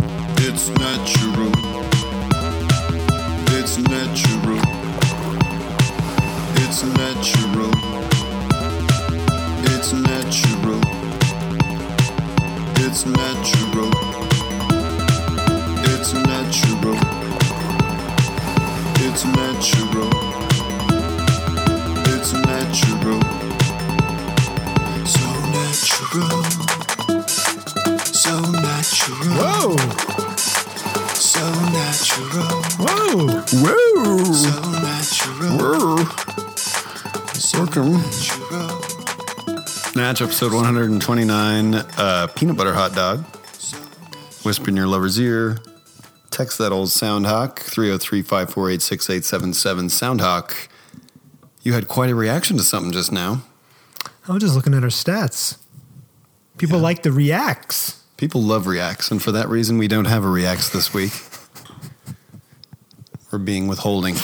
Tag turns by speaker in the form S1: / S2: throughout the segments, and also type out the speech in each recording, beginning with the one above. S1: It's natural. It's natural. It's natural. It's natural. It's natural. It's natural. It's natural. It's natural. So natural. So natural.
S2: Whoa!
S1: So natural.
S2: Whoa!
S1: So
S3: Whoa!
S1: natural.
S3: Whoa!
S1: So
S3: Welcome.
S1: natural.
S3: Natch episode 129 uh, Peanut Butter Hot Dog. Whisper in your lover's ear. Text that old Soundhawk 303 548 6877 Soundhawk. You had quite a reaction to something just now.
S2: I was just looking at our stats. People
S3: Yeah.
S2: like the reacts.
S3: People love reacts, and for that reason, we don't have a reacts this week. We're being withholding.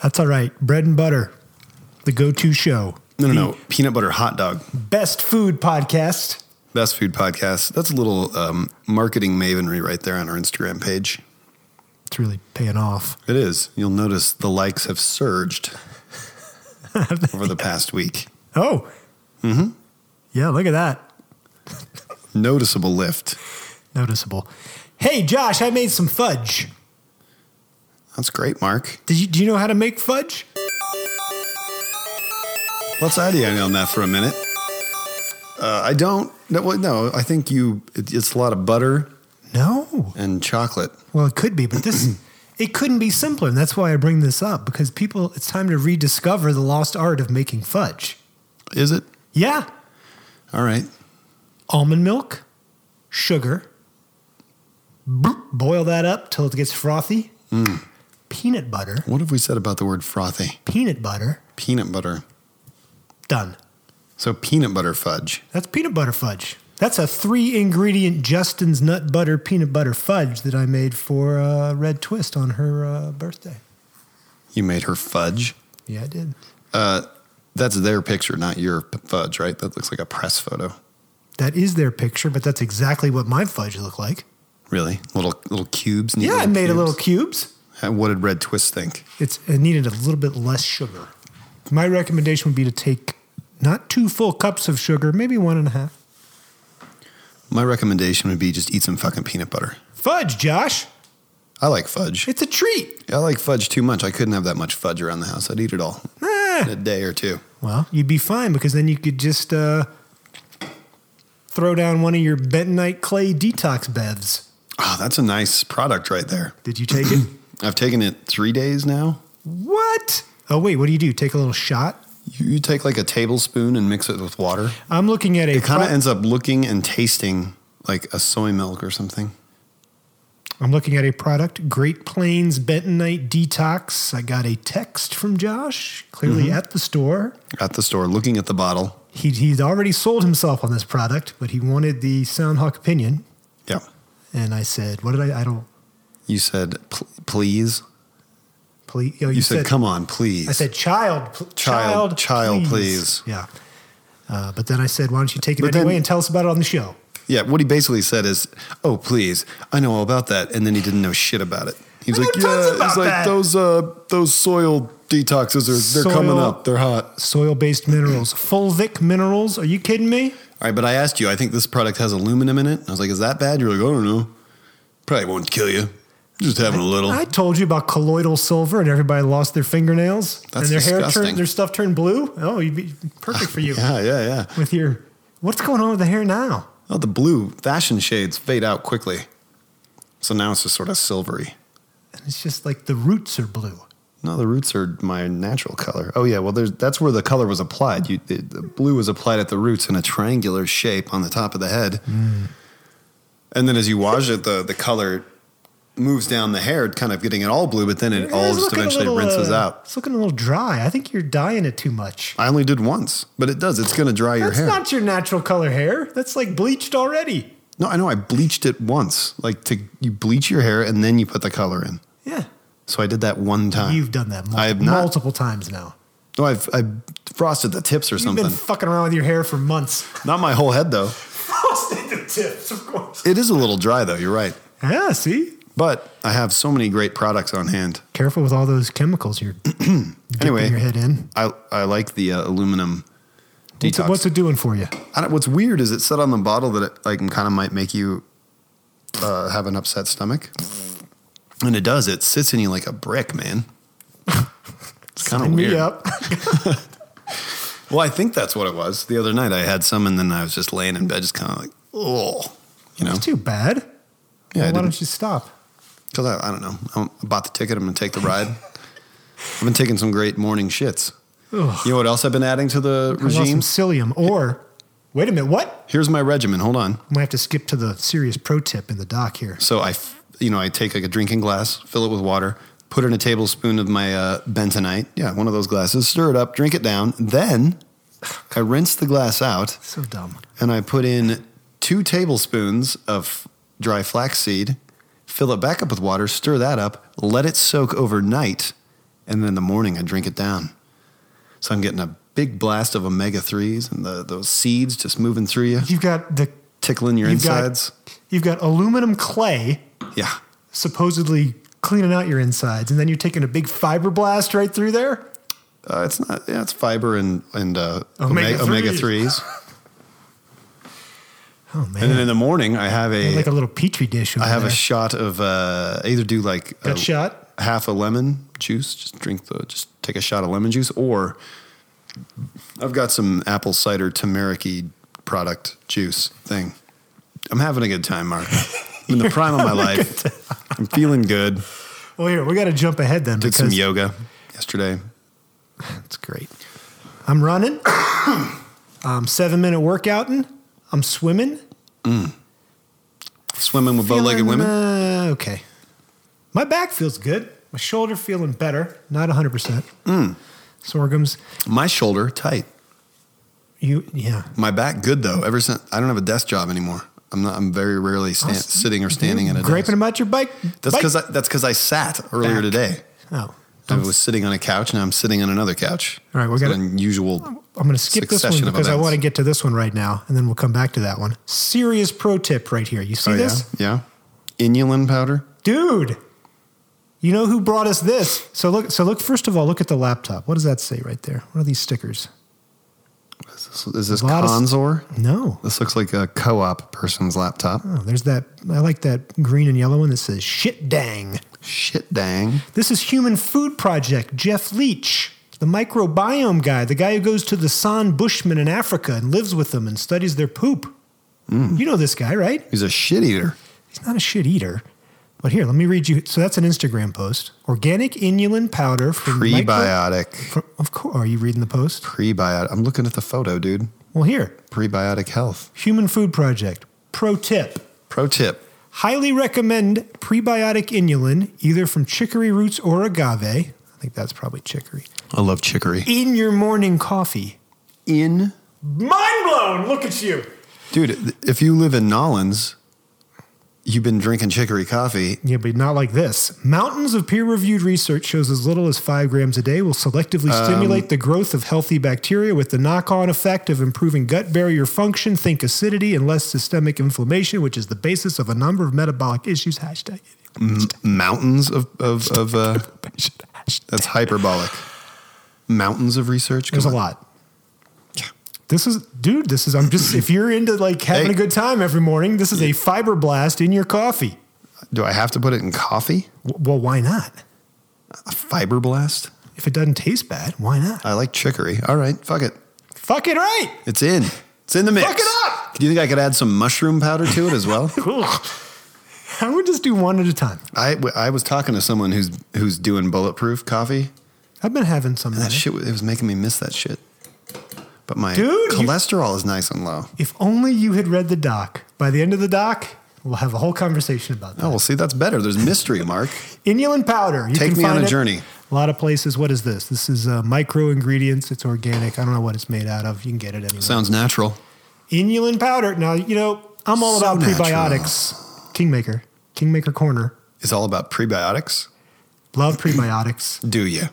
S2: That's all right. Bread and butter, the go-to show,
S3: No, no, no. Peanut Butter Hot Dog.
S2: best food podcast.
S3: Best Food Podcast. That's a little um, marketing mavenry right there on our Instagram page.
S2: It's really paying off.
S3: It is. You'll notice the likes have surged over the past week.
S2: Oh, mm-hmm. yeah. Look at that,
S3: Noticeable lift.
S2: noticeable. Hey, Josh, I made some fudge.
S3: That's great, Mark.
S2: Did you do you know how to make fudge?
S3: Let's ideate on that for a minute. Uh, I don't. No, well, no, I think you. It, it's a lot of butter
S2: No.
S3: and chocolate.
S2: Well, it could be, but this it couldn't be simpler, and that's why I bring this up because people, it's time to rediscover the lost art of making fudge.
S3: Is it?
S2: Yeah,
S3: All right.
S2: almond milk, sugar. Boop, boil that up till it gets frothy. Peanut butter,
S3: What have we said about the word frothy?
S2: peanut butter,
S3: Peanut butter.
S2: done.
S3: So peanut butter fudge.
S2: That's peanut butter fudge. That's a three ingredient Justin's Nut Butter Peanut Butter Fudge that I made for uh, Red Twist on her uh, birthday.
S3: You made her fudge.
S2: Yeah, I did.
S3: That's their picture, not your p- fudge, right? That looks like a press photo.
S2: That is their picture, but that's exactly what my fudge looked like.
S3: Really? Little little cubes. neat
S2: Yeah, I made a little
S3: cubes.
S2: cubes.
S3: Uh, What did Red Twist think?
S2: It's it needed a little bit less sugar. My recommendation would be to take not two full cups of sugar, maybe one and a half.
S3: My recommendation would be just eat some fucking peanut butter.
S2: Fudge, Josh.
S3: I like fudge.
S2: It's a treat.
S3: I like fudge too much. I couldn't have that much fudge around the house. I'd eat it all in
S2: Ah.
S3: a day or two.
S2: Well, you'd be fine because then you could just uh, throw down one of your bentonite clay detox bevs.
S3: Oh, that's a nice product right there.
S2: Did you take it?
S3: I've taken it three days now.
S2: what? Oh wait, what do you do? Take a little shot?
S3: You, you take like a tablespoon and mix it with water.
S2: I'm looking at a.
S3: It kind of
S2: pro-
S3: ends up looking and tasting like a soy milk or something.
S2: I'm looking at a product, Great Plains Bentonite Detox. I got a text from Josh, clearly at the store.
S3: At the store, looking at the bottle.
S2: He, he's already sold himself on this product, but he wanted the Soundhawk opinion.
S3: Yeah.
S2: And I said, what did I, I don't,
S3: You said, "Pl- please.
S2: please. Oh, you,
S3: You said, come on, please.
S2: I said, child, pl-
S3: Child,
S2: child,
S3: child, please.
S2: Yeah. Uh, but then I said, why don't you take it
S3: But
S2: anyway
S3: then-
S2: and tell us about it on the show?
S3: Yeah, what he basically said is, "Oh, please, I know all about that," and then he didn't know shit about it. He was
S2: I
S3: like,
S2: know tons
S3: "Yeah,
S2: about
S3: it's like
S2: that."
S3: those uh those soil detoxes are they're coming
S2: Soil-
S3: up, they're hot."
S2: Soil based minerals, fulvic minerals. Are you kidding me?
S3: All right, but I asked you. I think this product has aluminum in it. I was like, "Is that bad?" You're like, "I don't know. Probably won't kill you. Just having a little."
S2: I told you about colloidal silver and everybody lost their fingernails
S3: That's
S2: and their hair
S3: disgusting.
S2: turned, their stuff turned blue. Oh, you'd be perfect for you
S3: yeah, yeah, yeah.
S2: with your, what's going on with the hair now?
S3: Oh, the blue fashion shades fade out quickly, so now it's just sort of silvery.
S2: And it's just like the roots are blue.
S3: No, the roots are my natural color. Oh yeah, well, there's that's where the color was applied. You, the, the blue was applied at the roots in a triangular shape on the top of the head,
S2: Mm.
S3: and then as you wash it, the the color moves down the hair, kind of getting it all blue, but then it all
S2: It's
S3: just
S2: looking a
S3: eventually
S2: little,
S3: rinses
S2: uh,
S3: out.
S2: It's looking a little dry. I think you're dyeing it too much.
S3: I only did once, but it does. It's going to dry your
S2: That's
S3: hair.
S2: not your natural color hair. That's like bleached already.
S3: no, I know. I bleached it once. Like to you bleach your hair and then you put the color in.
S2: Yeah.
S3: So I did that one time.
S2: You've done that mul-
S3: Uh, I have not.
S2: multiple times now.
S3: No, I've I frosted the tips or
S2: You've
S3: something.
S2: been fucking around with your hair for months.
S3: not my whole head though.
S2: Frosted the tips, of course.
S3: It is a little dry though. You're right.
S2: Yeah, see?
S3: But I have so many great products on hand.
S2: Careful with all those chemicals you're dipping
S3: Anyway,
S2: your head in.
S3: I, I like the uh, aluminum
S2: What's it,
S3: detox.
S2: what's it doing for you?
S3: I don't, what's weird is it said on the bottle that it like kind of might make you uh, have an upset stomach, and it does. It sits in you like a brick, man. It's kind of
S2: Sign me
S3: Oh, weird.
S2: up.
S3: Well, I think that's what it was. The other night I had some, and then I was just laying in bed, just kind of like, oh, you know,
S2: It's too bad.
S3: Yeah, I
S2: Well, why
S3: didn't-
S2: don't you stop?
S3: because I, I don't know. I'm, I bought the ticket. I'm gonna take the ride. I've been taking some great morning shits.
S2: Ugh.
S3: You know what else I've been adding to the
S2: I want some
S3: regime?
S2: psyllium. Or, wait a minute, what?
S3: Here's my regimen. Hold on.
S2: I might have to skip to the serious pro tip in the doc here.
S3: So I, f- you know, I take like a drinking glass, fill it with water, put in a tablespoon of my uh, bentonite. Yeah, one of those glasses. Stir it up, drink it down. Then I rinse the glass out,
S2: So dumb.
S3: and I put in two tablespoons of dry flaxseed. Fill it back up with water, stir that up, let it soak overnight, and then in the morning I drink it down. So I'm getting a big blast of omega threes and the, those seeds just moving through you,
S2: You've got the
S3: tickling your
S2: you've got-
S3: insides.
S2: you've got aluminum clay
S3: yeah.
S2: supposedly cleaning out your insides, and then you're taking a big fiber blast right through there.
S3: Uh, it's not. Yeah, it's fiber and and uh,
S2: Omega
S3: omega omega
S2: threes.
S3: threes.
S2: Oh man,
S3: and then in the morning, I have a I
S2: like a little petri dish. Over
S3: have
S2: there.
S3: a shot of uh, I either do like
S2: Gut
S3: a-
S2: shot?
S3: half a lemon juice. Just drink the. Just take a shot of lemon juice, or I've got some apple cider turmeric product juice thing. I'm having a good time, Mark. I'm in the prime of my life. I'm feeling good.
S2: well, Oh, here we got to jump ahead then
S3: Did some
S2: because
S3: yoga yesterday.
S2: that's great. I'm running. I'm seven minute workouting. I'm swimming.
S3: Swimming with bow-legged
S2: Feeling,
S3: women.
S2: uh, okay. My back feels good. My shoulder feeling better. Not 100%.
S3: Hmm.
S2: Sorghums.
S3: My shoulder tight.
S2: You, yeah.
S3: My back good though. Ever since I don't have a desk job anymore. I'm not. I'm very rarely stand, sitting or standing at a
S2: Griping
S3: desk.
S2: about your bike.
S3: That's
S2: bike-
S3: because that's because I sat earlier
S2: Back.
S3: today.
S2: Oh.
S3: I was sitting on a couch and I'm sitting on another couch.
S2: All right, Oh, we're
S3: It's an
S2: gonna-
S3: unusual.
S2: I'm going to skip this one
S3: Succession of
S2: because I
S3: events.
S2: want to get to this one right now, and then we'll come back to that one. Serious pro tip right here. You see
S3: Oh, yeah,
S2: this?
S3: yeah. Inulin powder.
S2: Dude, you know who brought us this? So look, so look, first of all, look at the laptop. What does that say right there? What are these stickers?
S3: Is this, is this
S2: A lot of-
S3: Consor?
S2: No.
S3: This looks like a co-op person's laptop.
S2: Oh, there's that. I like that green and yellow one that says shit dang.
S3: Shit, dang.
S2: This is Human Food Project, Jeff Leach, the microbiome guy, the guy who goes to the San Bushmen in Africa and lives with them and studies their poop. You know this guy, right?
S3: He's a shit eater.
S2: He's not a shit eater. But here, let me read you. So that's an Instagram post. Organic inulin powder from micro-
S3: Prebiotic.
S2: from- of course, are you reading the post?
S3: Prebiotic. I'm looking at the photo, dude.
S2: Well, here,
S3: Prebiotic health.
S2: Human Food Project. Pro tip.
S3: Pro tip.
S2: Highly recommend prebiotic inulin, either from chicory roots or agave. I think that's probably chicory.
S3: I love chicory.
S2: In your morning coffee.
S3: In
S2: Mind blown! Look at you.
S3: Dude, th- if you live in Nolans, you've been drinking chicory coffee.
S2: Yeah, but not like this. Mountains of peer reviewed research shows as little as five grams a day will selectively stimulate the growth of healthy bacteria with the knock on effect of improving gut barrier function, think acidity, and less systemic inflammation, which is the basis of a number of metabolic issues. Hashtag.
S3: Mountains of of, of uh,
S2: Hashtag.
S3: that's hyperbolic. Mountains of research.
S2: There's a
S3: Come on.
S2: lot. This is, dude, this is, I'm just, if you're into like having
S3: Hey.
S2: a good time every morning, this is a fiber blast in your coffee.
S3: Do I have to put it in coffee?
S2: W- Well, why not?
S3: A fiber blast?
S2: If it doesn't taste bad, why not?
S3: I like chicory. All right, fuck it.
S2: Fuck it right.
S3: It's in. It's in the mix.
S2: Fuck it up!
S3: Do you think I could add some mushroom powder to it as well?
S2: I would just do one at a time.
S3: I, w- I was talking to someone who's who's doing bulletproof coffee.
S2: I've been having some of
S3: That
S2: that.
S3: shit was- it was making me miss that shit. But my
S2: Dude, you-
S3: cholesterol is nice and low.
S2: If only you had read the doc. By the end of the doc, we'll have a whole conversation about that.
S3: Oh, well, see, that's better. There's mystery, Mark.
S2: Inulin powder. You
S3: Take
S2: can
S3: me on
S2: find
S3: a
S2: it
S3: journey.
S2: A lot of places. What is this? This is uh, micro ingredients. It's organic. I don't know what it's made out of. You can get it anywhere.
S3: Sounds natural.
S2: Inulin powder. Now, you know, I'm all
S3: So
S2: about
S3: natural.
S2: prebiotics. Kingmaker. Kingmaker Corner.
S3: It's all about prebiotics.
S2: Love prebiotics.
S3: Do you?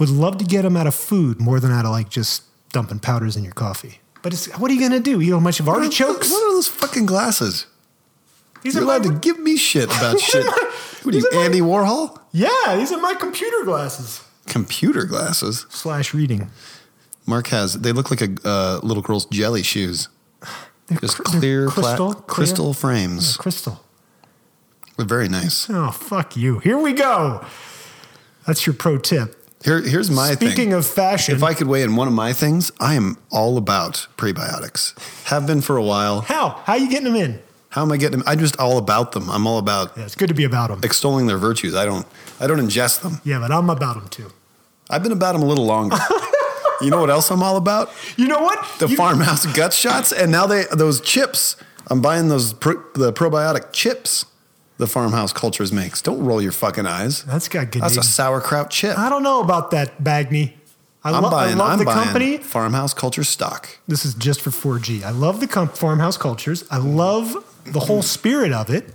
S2: Would love to get them out of food more than out of like just dumping powders in your coffee. But it's, what are you going to do? You know, much of artichokes?
S3: What are those fucking glasses?
S2: He's
S3: You're
S2: in my,
S3: allowed to give me shit about shit. What are you,
S2: He's in my-
S3: Andy Warhol?
S2: yeah, he's in my computer glasses.
S3: Computer glasses.
S2: Slash reading.
S3: Mark has. They look like a uh, little girl's jelly shoes.
S2: They're
S3: Just
S2: cr- they're
S3: clear, pla-
S2: clear-
S3: crystal
S2: yeah,
S3: frames.
S2: Oh, crystal.
S3: They're very nice.
S2: Oh, fuck you. Here we go. That's your pro tip.
S3: Here, here's my
S2: Speaking
S3: thing.
S2: of fashion,
S3: if I could weigh in one of my things, I am all about prebiotics. Have been for a while.
S2: how? How you getting them in?
S3: How am I getting them? I'm just all about them. I'm all about
S2: Yeah, it's good to be about them.
S3: extolling their virtues. I don't. I don't ingest them.
S2: Yeah, but I'm about them too.
S3: I've been about them a little longer. you know what else I'm all about?
S2: You know what?
S3: The
S2: You-
S3: farmhouse gut shots, and now they those chips. I'm buying those pro, the probiotic chips the farmhouse cultures makes. Don't roll your fucking eyes.
S2: That's got good.
S3: That's a
S2: names.
S3: sauerkraut chip.
S2: I don't know about that, Bagney. I,
S3: I'm
S2: lo-
S3: buying.
S2: I love
S3: I'm
S2: the
S3: buying
S2: company.
S3: farmhouse culture stock.
S2: This is just for 4G. I love the com- farmhouse cultures. I love the whole spirit of it.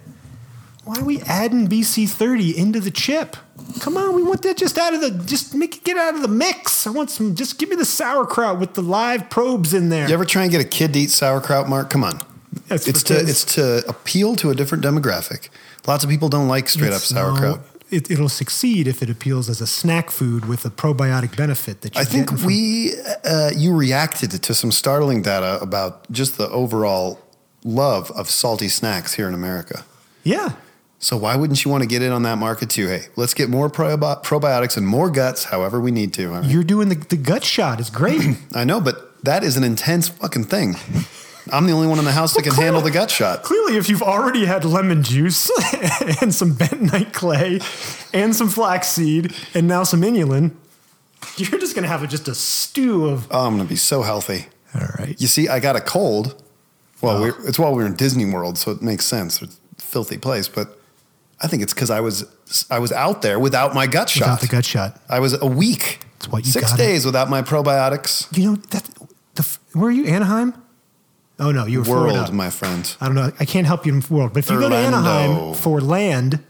S2: Why are we adding BC30 into the chip? Come on, we want that just out of the just make it get out of the mix. I want some. Just give me the sauerkraut with the live probes in there.
S3: You ever try and get a kid to eat sauerkraut, Mark? Come on.
S2: That's
S3: it's
S2: what
S3: to
S2: it is.
S3: it's to appeal to a different demographic. Lots of people don't like straight
S2: It's
S3: up sauerkraut.
S2: no- it, it'll succeed if it appeals as a snack food with a probiotic benefit that you
S3: I think
S2: get from-
S3: we uh, you reacted to some startling data about just the overall love of salty snacks here in America.
S2: yeah.
S3: So why wouldn't you want to get in on that market too? Hey, let's get more probi- probiotics and more guts, however we need to. I, mean,
S2: You're doing the, the gut shot. It's great.
S3: I know, but that is an intense fucking thing. I'm the only one in the house that can handle the gut shot.
S2: Clearly, if you've already had lemon juice and some bentonite clay and some flaxseed and now some inulin, you're just going to have a, just a stew of.
S3: Oh, I'm gonna be so healthy.
S2: All right.
S3: You see, I got a cold. Well, we it's while we were in Disney World, so it makes sense. It's a filthy place, but I think it's because I was I was out there without my gut shot.
S2: Without the gut shot.
S3: I was a week.
S2: It's what you
S3: six
S2: gotta-
S3: days without my probiotics.
S2: You know, that, the, f- where are you? Anaheim? Oh, no, you were
S3: World,
S2: Florida.
S3: my friend.
S2: I don't know. I can't help you in world. But if you go to
S3: Orlando.
S2: Anaheim for land,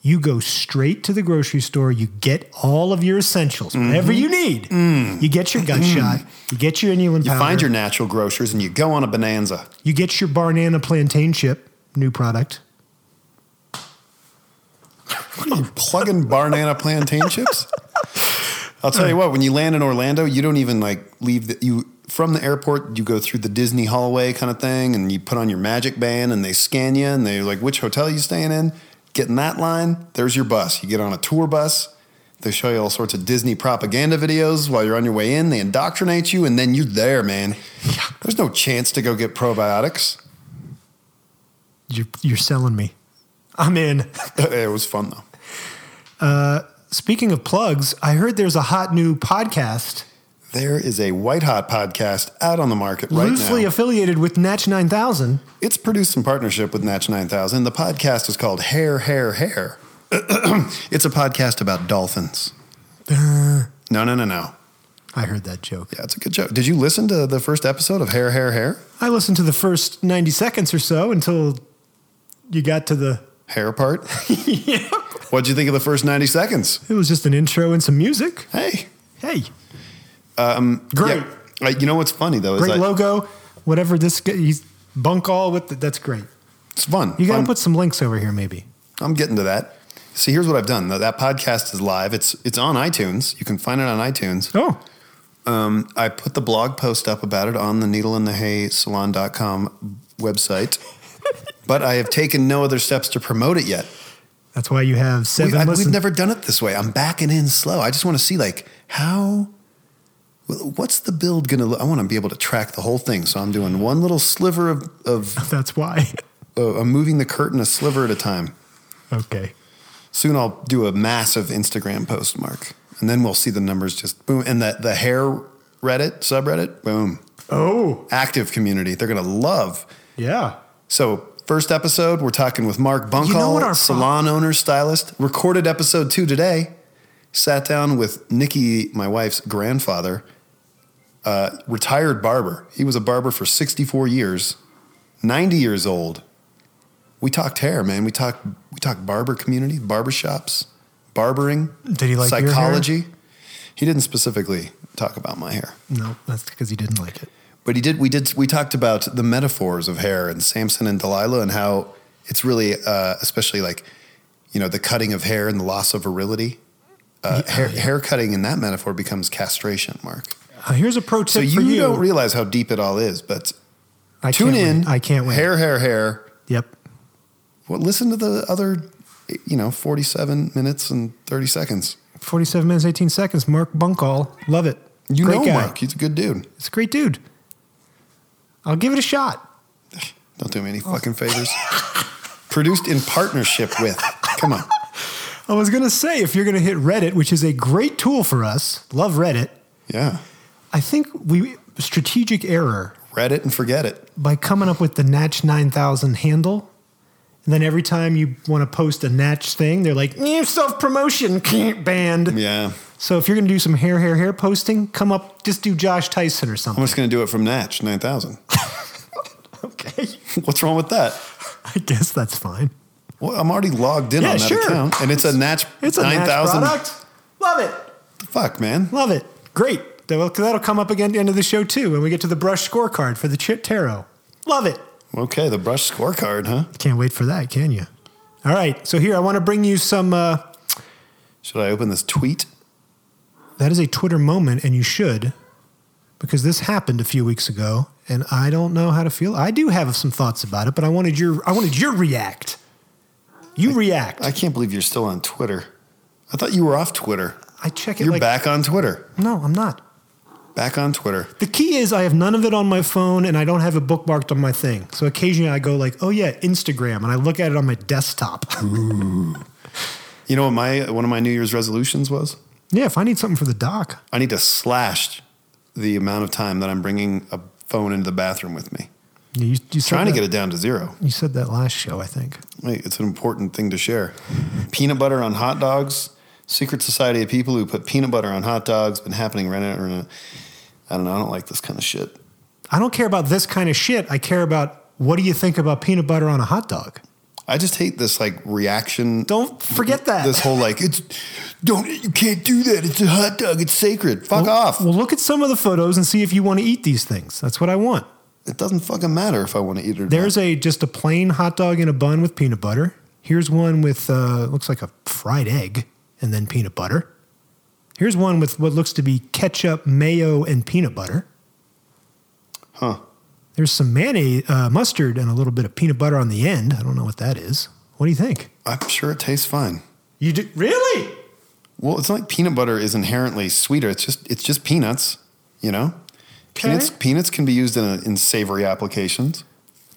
S2: you go straight to the grocery store. You get all of your essentials, whatever
S3: Mm-hmm.
S2: you need. You get your gut shot. You get your inulin
S3: Mm. You
S2: powder.
S3: find your natural grocers and you go on a bonanza.
S2: You get your Barnana plantain chip, new product.
S3: Plugging Barnana plantain chips. I'll tell you what. When you land in Orlando, you don't even like leave the you from the airport. You go through the Disney hallway kind of thing, and you put on your magic band, and they scan you, and they're like, "Which hotel you staying in?" Get in that line. There's your bus. You get on a tour bus. They show you all sorts of Disney propaganda videos while you're on your way in. They indoctrinate you, and then you're there, man. There's no chance to go get probiotics.
S2: You're, you're selling me. I'm in.
S3: it was fun though.
S2: Speaking of plugs, I heard there's a hot new podcast
S3: There is a white hot podcast out on the market right
S2: loosely
S3: now.
S2: affiliated with Natch 9000.
S3: It's produced in partnership with Natch 9000. The podcast is called Hair, Hair, Hair. it's a podcast about dolphins. No, no, no, no.
S2: I heard that joke.
S3: Yeah, it's a good joke. Did you listen to the first episode of Hair, Hair, Hair?
S2: I listened to the first 90 seconds or so until you got to the.
S3: Hair part? What'd you think of the first 90 seconds?
S2: It was just an intro and some music.
S3: Hey.
S2: Hey. Um, great.
S3: Yeah. Uh, you know what's funny though? Is
S2: Great
S3: I-
S2: logo. Whatever this guy, he's bunk all with it. That's great.
S3: it's fun.
S2: You got to
S3: Fun-
S2: put some links over here, maybe.
S3: I'm getting to that. See, here's what I've done. That- That podcast is live. It's it's on iTunes. You can find it on iTunes.
S2: Oh.
S3: I put the blog post up about it on the needle in the hay salon.com website, but I have taken no other steps to promote it yet.
S2: That's why you have
S3: We,
S2: seven
S3: I,
S2: listens.
S3: we've never done it this way. I'm backing in slow. I just want to see like how, what's the build going to look? I want to be able to track the whole thing. So I'm doing one little sliver of, of
S2: That's why.
S3: uh, I'm moving the curtain a sliver at a time.
S2: okay.
S3: Soon I'll do a massive Instagram post, Mark, and then we'll see the numbers just boom. And the, the hair Reddit subreddit, boom.
S2: Oh,
S3: Active community. They're going to love
S2: yeah.
S3: So, first episode, we're talking with Mark Bunkall,
S2: You know what our
S3: salon owner, stylist. Recorded episode two today. Sat down with Nikki, my wife's grandfather, uh, retired barber. He was a barber for 64 years, 90 years old. We talked hair, man. We talked we talked barber community, barber shops, barbering.
S2: Did he like your hair?
S3: psychology? He didn't specifically talk about my hair.
S2: No, that's because he didn't like it.
S3: But he did. We did. We talked about the metaphors of hair and Samson and Delilah and how it's really uh, especially like you know the cutting of hair and the loss of virility. Uh, hair, hair cutting in that metaphor becomes castration, Mark.
S2: Uh, here's a pro tip
S3: So you,
S2: for you.
S3: don't realize how deep it all is, but
S2: I
S3: tune
S2: can't
S3: in.
S2: Wait. I can't wait.
S3: Hair, hair, hair.
S2: Yep.
S3: Well, listen to the other, you know, forty-seven minutes and thirty seconds.
S2: 47 minutes, 18 seconds. Mark Bunkall. Love it.
S3: You
S2: great
S3: know,
S2: guy.
S3: Mark, he's a good dude.
S2: It's a great dude. I'll give it a shot.
S3: Don't do me any fucking favors. Produced in partnership with. Come on.
S2: I was going to say, if you're going to hit Reddit, which is a great tool for us, love Reddit.
S3: Yeah.
S2: I think we, strategic error
S3: Read it and forget it.
S2: by coming up with the Natch 9000 handle. And then every time you want to post a Natch thing, they're like, eh, self promotion, banned.
S3: Yeah.
S2: So if you're going to do some hair, hair, hair posting, come up, just do Josh Tyson or
S3: I'm
S2: something.
S3: just going to do it from Natch 9000.
S2: Okay.
S3: What's wrong with that?
S2: I guess that's fine.
S3: Well, I'm already logged in
S2: Yeah,
S3: on that
S2: sure.
S3: account, and it's a Natch
S2: It's a Natch
S3: 9000.
S2: product. Love it.
S3: Fuck, man.
S2: Love it. Great. That'll, that'll come up again at the end of the show, too, when we get to the brush scorecard for the Chit Tarot. Love it.
S3: Okay, the brush scorecard, huh?
S2: Can't wait for that, can you? All right. So, here, I want to bring you some. Uh,
S3: Should I open this tweet?
S2: that is a Twitter moment, and you should, because this happened a few weeks ago, and I don't know how to feel. I do have some thoughts about it, but I wanted your, I wanted your react. You react.
S3: I
S2: I,
S3: can't believe you're still on Twitter. I thought you were off Twitter.
S2: check it
S3: You're
S2: like.
S3: back on Twitter.
S2: No, I'm not.
S3: Back on Twitter.
S2: The key is I have none of it on my phone and I don't have it bookmarked on my thing. So occasionally I go like, oh yeah, Instagram, and I look at it on my desktop.
S3: You know what my one of my New Year's resolutions was?
S2: yeah, if I need something for the doc,
S3: I need to slash the amount of time that I'm bringing a phone into the bathroom with me.
S2: you, you you said
S3: Trying to
S2: that-
S3: get it down to zero.
S2: You said that last show, I think.
S3: Wait, It's an important thing to share. Peanut butter on hot dogs. Secret society of people who put peanut butter on hot dogs. Been happening right now. I don't know. I don't like this kind of shit.
S2: I don't care about this kind of shit. I care about what do you think about peanut butter on a hot dog?
S3: I just hate this like reaction.
S2: Don't forget that.
S3: This whole like it's don't you can't do that. It's a hot dog. It's sacred. Fuck off.
S2: Well, look at some of the photos and see if you want to eat these things. That's what I want.
S3: it doesn't fucking matter if I want to eat it. Or
S2: There's a just a plain hot dog in a bun with peanut butter. Here's one with uh, looks like a fried egg and then peanut butter. Here's one with what looks to be ketchup, mayo, and peanut butter.
S3: Huh.
S2: There's some mayonnaise, uh, mustard, and a little bit of peanut butter on the end. I don't know what that is. What do you think?
S3: not. I'm sure it tastes fine.
S2: You do really?
S3: Well, it's not like peanut butter is inherently sweeter. It's just it's just peanuts, you know. Peanuts peanuts can be used in a, in savory applications.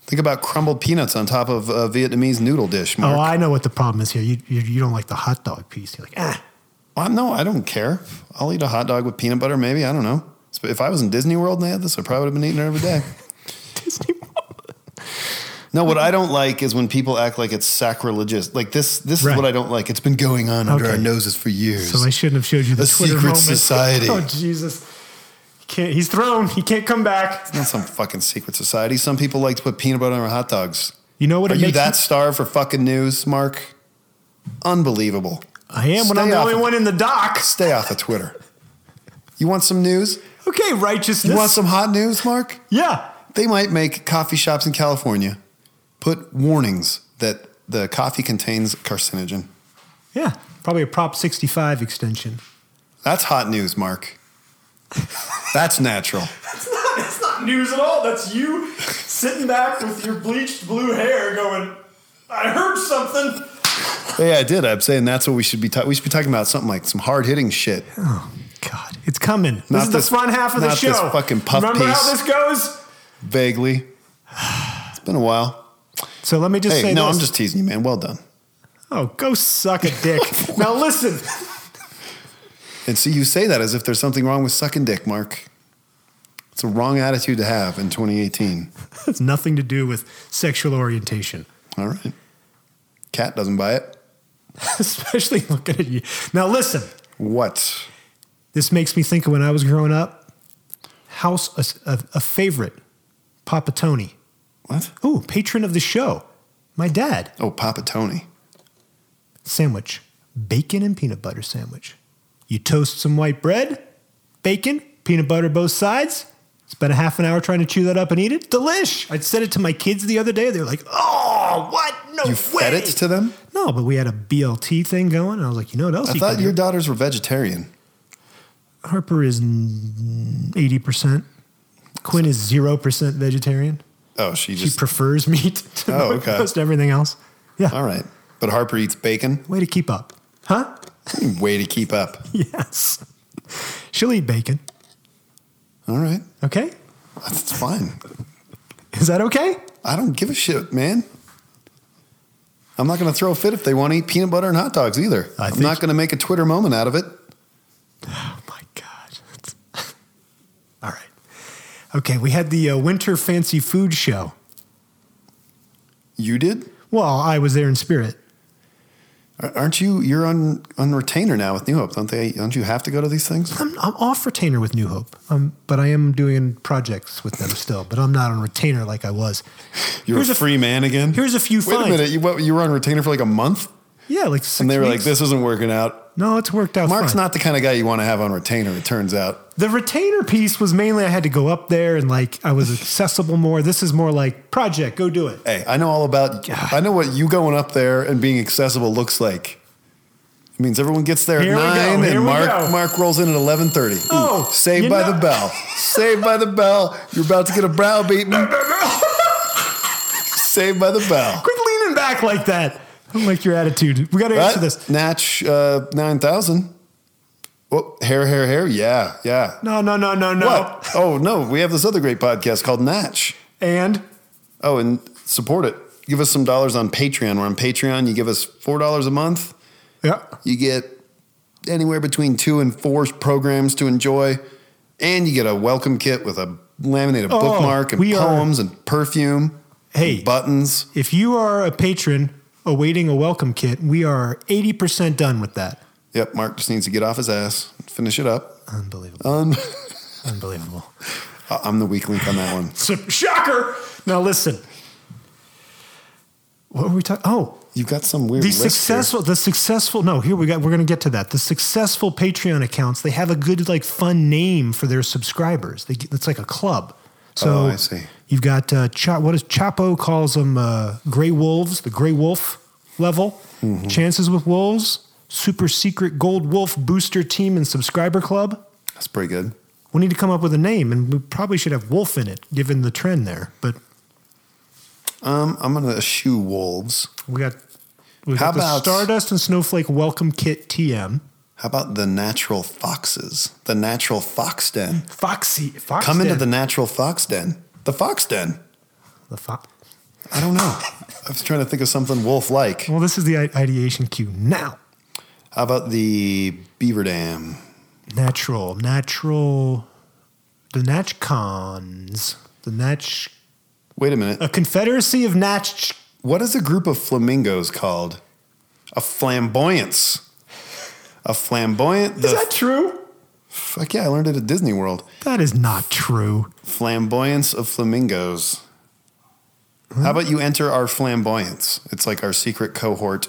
S3: Think about crumbled peanuts on top of a Vietnamese noodle dish. Mark.
S2: Oh, I know what the problem is here. You, you you don't like the hot dog piece. You're like ah.
S3: I, no, I don't care. I'll eat a hot dog with peanut butter. Maybe I don't know. So If I was in Disney World and they had this, I probably would have been eating it every day.
S2: Disney World.
S3: No, what I don't like is when people act like it's sacrilegious. Like this, this
S2: Right.
S3: is what I don't like. It's been going on under
S2: Okay.
S3: our noses for years.
S2: So I shouldn't have showed you the
S3: A
S2: Twitter
S3: secret
S2: moment.
S3: society.
S2: Oh Jesus! He can't. He's thrown. He can't come back.
S3: Not some fucking secret society. Some people like to put peanut butter on their hot dogs.
S2: You know what?
S3: Are
S2: it
S3: you
S2: makes
S3: that star for fucking news, Mark? Unbelievable.
S2: I am when I'm
S3: Stay
S2: the
S3: off
S2: only
S3: of-
S2: one in the dock.
S3: Stay off of Twitter. You want some news?
S2: Okay, righteousness.
S3: You want some hot news, Mark?
S2: yeah.
S3: They might make coffee shops in California put warnings that the coffee contains carcinogen.
S2: Yeah. Probably a Prop 65 extension.
S3: That's hot news, Mark. That's natural.
S2: It's not, it's not news at all. That's you sitting back with your bleached blue hair going, I heard something.
S3: Yeah, I did. I'm saying that's what we should be talking. We should be talking about something like some hard hitting shit.
S2: Oh, God. It's coming.
S3: Not
S2: this is the
S3: this-
S2: front half of the
S3: not
S2: show.
S3: this fucking puff
S2: Remember how
S3: piece.
S2: this goes?
S3: Vaguely. It's been a while.
S2: So let me just
S3: Hey,
S2: say
S3: no,
S2: this.
S3: I'm just teasing you, man. Well done.
S2: Oh, go suck a dick. now listen.
S3: And see, you say that as if there's something wrong with sucking dick, Mark. It's a wrong attitude to have in 2018.
S2: It's nothing to do with sexual orientation.
S3: All right. Cat doesn't buy it.
S2: Especially looking at you. Now listen.
S3: What?
S2: This makes me think of when I was growing up. House a, a- a favorite, Papa Tony.
S3: What?
S2: Ooh, patron of the show. My dad.
S3: Oh, Papa Tony.
S2: Sandwich. Bacon and peanut butter sandwich. You toast some white bread, bacon, peanut butter both sides. Spent a half an hour trying to chew that up and eat it. Delish. I said it to my kids the other day. They were like, oh, what? no
S3: you
S2: way.
S3: fed it to them?
S2: No, but we had a BLT thing going, and I was like, you know what else?
S3: I
S2: you
S3: thought
S2: could
S3: your
S2: do?
S3: daughters were vegetarian.
S2: Harper is eighty percent. Quinn is zero percent vegetarian.
S3: Oh, she
S2: She
S3: just.
S2: prefers meat to
S3: Oh, okay.
S2: most everything else. Yeah,
S3: all right. But Harper eats bacon.
S2: way to keep up, huh?
S3: Way to keep up.
S2: Yes, she'll eat bacon.
S3: All right.
S2: Okay,
S3: That's fine.
S2: is that okay?
S3: I don't give a shit, man. I'm not going to throw a fit if they want to eat peanut butter and hot dogs either.
S2: I
S3: I'm
S2: think-
S3: not going to make a Twitter moment out of it.
S2: Oh my god! All right. Okay, we had the uh, winter fancy food show.
S3: You did?
S2: Well, I was there in spirit.
S3: Ar- Aren't you? You're on on retainer now with New Hope, don't they? Don't you have to go to these things?
S2: I'm, I'm off retainer with New Hope, um, but I am doing projects with them still. But I'm not on retainer like I was.
S3: You're
S2: Here's
S3: a
S2: a-
S3: free man again.
S2: here's a few
S3: Wait
S2: fines.
S3: a minute. You, what, you were on retainer for like a month,
S2: Yeah, like six
S3: and they were like,
S2: weeks.
S3: "This isn't working out."
S2: No, it's worked out.
S3: Mark's
S2: fine.
S3: not the kind of guy you want to have on retainer. It turns out.
S2: The retainer piece was mainly I had to go up there and like I was accessible more. This is more like project, go do it.
S3: Hey, I know all about. I know what you going up there and being accessible looks like. It means everyone gets there
S2: Here we
S3: at
S2: go,
S3: nine,
S2: here
S3: and
S2: we
S3: Mark
S2: go.
S3: Mark rolls in at eleven thirty.
S2: Oh,
S3: saved
S2: you
S3: by
S2: know-
S3: the bell! saved by the bell! You're about to get a brow beaten. saved by the bell.
S2: Quit leaning back like that. I don't like your attitude. We got to
S3: But
S2: answer this.
S3: Natch uh, nine thousand. Oh, hair, hair, hair. Yeah, yeah.
S2: No, no, no, no, no.
S3: What? Oh no, we have this other great podcast called Natch.
S2: And
S3: Oh, and support it. Give us some dollars on Patreon. We're on Patreon. You give us four dollars a month.
S2: yeah,
S3: You get anywhere between two and four programs to enjoy, and you get a welcome kit with a laminated
S2: Oh,
S3: bookmark and
S2: we are-
S3: poems and perfume.
S2: Hey.
S3: and buttons.
S2: if you are a patron awaiting a welcome kit, we are 80% done with that.
S3: Yep, Mark just needs to get off his ass, finish it up.
S2: Unbelievable.
S3: Um,
S2: Unbelievable.
S3: I- I'm the weak link on that one.
S2: So, shocker. Now listen. What were we talking? Oh,
S3: You've got some weird
S2: the
S3: list here.
S2: successful the successful no here we got we're going to get to that the successful patreon accounts they have a good like fun name for their subscribers they, get- it's like a club so
S3: Oh, I see.
S2: you've got uh, Cha- what is chapo calls them uh, gray wolves the gray wolf level
S3: Mm-hmm.
S2: chances with wolves super secret gold wolf booster team and subscriber club
S3: That's pretty good.
S2: we need to come up with a name and we probably should have wolf in it given the trend there but
S3: Um, I'm gonna eschew wolves.
S2: we got we got
S3: How
S2: the
S3: about-
S2: stardust and snowflake welcome kit tm
S3: How about the natural foxes? The natural fox den.
S2: Foxy, Fox
S3: Come into
S2: Den.
S3: the natural fox den. The fox den.
S2: The fo-
S3: I don't know. I was trying to think of something wolf like.
S2: well, this is the i- ideation cue now.
S3: How about the beaver dam?
S2: Natural, natural, the Natchcons, the Natch,
S3: Wait a minute.
S2: a confederacy of Natch.
S3: What is a group of flamingos called? A flamboyance. A flamboyant. the-
S2: true?
S3: fuck yeah, I learned it at Disney World.
S2: That is not true.
S3: Flamboyance of flamingos. How about you enter our flamboyance? It's like our secret cohort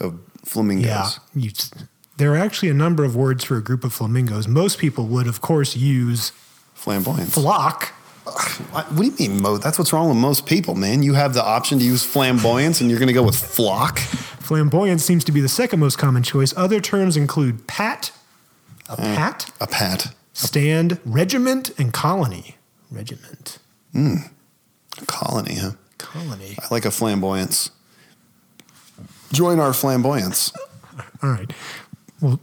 S3: of flamingos.
S2: Yeah, you, s- there are actually a number of words for a group of flamingos. Most people would, of course, use
S3: Flamboyance.
S2: flock.
S3: What what do you mean, Mo? That's what's wrong with most people, man. You have the option to use flamboyance and you're going to go with flock?
S2: Flamboyant seems to be the second most common choice. Other terms include pat, a
S3: Mm.
S2: pat,
S3: A pat.
S2: stand, regiment, and colony. Regiment,
S3: Colony, huh?
S2: colony.
S3: I like a flamboyance. Join our flamboyance.
S2: All right. Well,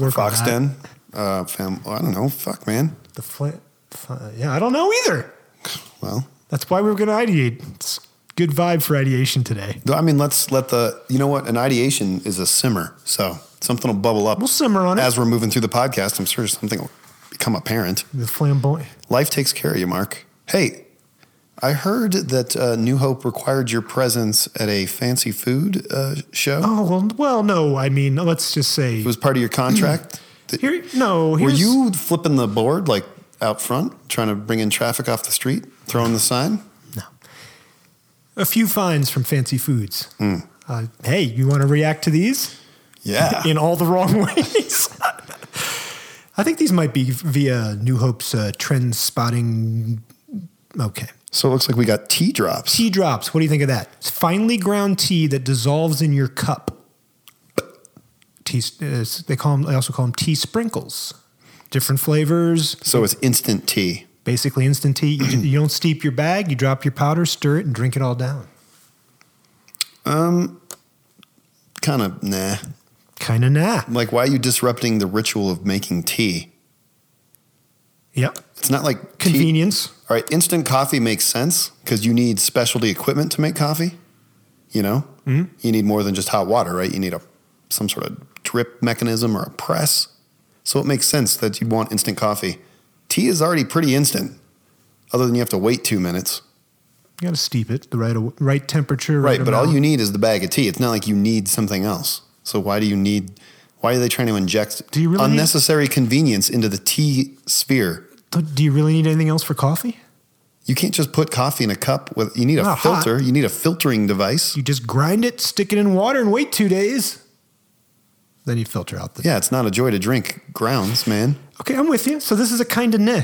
S2: work on
S3: Fox
S2: that.
S3: Den. Uh, fam- I don't know. Fuck, man.
S2: The fla- f- yeah, I don't know either.
S3: Well,
S2: That's why we were going to ideate. It's good vibe for ideation today.
S3: th- I mean, let's let the, you know what? An ideation is a simmer. So something will bubble up.
S2: We'll simmer on it.
S3: As we're moving through the podcast, I'm sure something will become apparent.
S2: The flamboyant.
S3: Life takes care of you, Mark. Hey, I heard that uh, New Hope required your presence at a fancy food uh, show.
S2: Oh well, well, no. I mean, let's just say
S3: It was part of your contract. Th-
S2: here. No,
S3: Were
S2: here's,
S3: you flipping the board like out front, trying to bring in traffic off the street, throwing the sign?
S2: a few finds from fancy foods?
S3: Hmm.
S2: Uh, hey, you want to react to these
S3: Yeah.
S2: in all the wrong ways? I think these might be via New Hope's uh, trend spotting. Okay.
S3: So it looks like we got tea drops.
S2: Tea drops. What do you think of that? It's finely ground tea that dissolves in your cup. Tea. Uh, they call them. They also call them tea sprinkles. Different flavors.
S3: So it's instant tea.
S2: Basically, instant tea. You, you don't steep your bag. You drop your powder, stir it, and drink it all down.
S3: Kind of Um, nah.
S2: Kind of nah.
S3: Like, why are you disrupting the ritual of making tea?
S2: Yep.
S3: It's not like tea-
S2: Convenience.
S3: All right, instant coffee makes sense because you need specialty equipment to make coffee. You know, you need more than just hot water, right? You need a some sort of drip mechanism or a press. So it makes sense that you'd want instant coffee. Tea is already pretty instant, other than you have to wait two minutes.
S2: You got to steep it the right aw- right temperature.
S3: Right, but all
S2: amount.
S3: you need is the bag of tea. It's not like you need something else. So why do you need? Why are they trying to inject
S2: Do you really need-
S3: unnecessary convenience into the tea sphere?
S2: Th- Do you really need anything else for coffee?
S3: You can't just put coffee in a cup with. You need a
S2: Not hot.
S3: filter. You need a filtering device.
S2: You just grind it, stick it in water, and wait two days. Then you filter out the.
S3: Yeah, it's not a joy to drink grounds, man.
S2: Okay, I'm with you. So this is a kind of nah.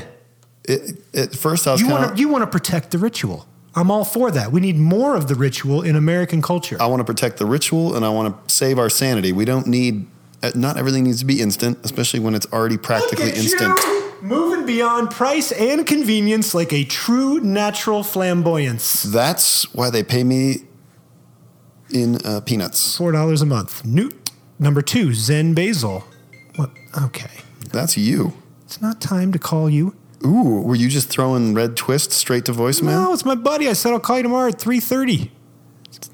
S3: It, at first, I was
S2: You
S3: kind
S2: want
S3: of.
S2: to you want to protect the ritual. I'm all for that. We need more of the ritual in American culture.
S3: I want to protect the ritual and I want to save our sanity. We don't need. uh, Not everything needs to be instant, especially when it's already practically instant.
S2: You, moving beyond price and convenience like a true natural flamboyance.
S3: That's why they pay me in uh, peanuts.
S2: Four dollars a month. New number two, Zen Basil. What? Okay,
S3: That's you.
S2: it's not time to call you.
S3: Ooh, were you just throwing red twist straight to voicemail?
S2: No, it's my buddy. I said I'll call you tomorrow at three thirty.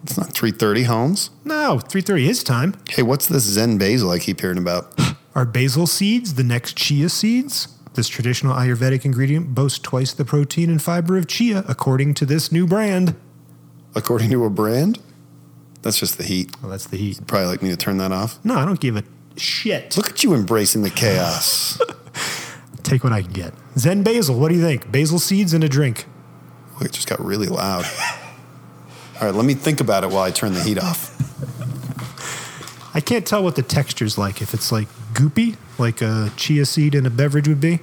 S3: It's not 3:30, Holmes.
S2: No, three thirty is time.
S3: Hey, what's this Zen basil I keep hearing about?
S2: Are basil seeds the next chia seeds? This traditional Ayurvedic ingredient boasts twice the protein and fiber of chia, according to this new brand.
S3: According to a brand, that's just the heat.
S2: Well, that's the heat.
S3: Probably like me to turn that off.
S2: No, I don't give a shit.
S3: Look at you embracing the chaos.
S2: Take what I can get. Zen basil, what do you think? Basil seeds and a drink.
S3: Oh, It just got really loud. All right, let me think about it while I turn the heat off.
S2: I can't tell what the texture's like, if it's like goopy, like a chia seed in a beverage would be.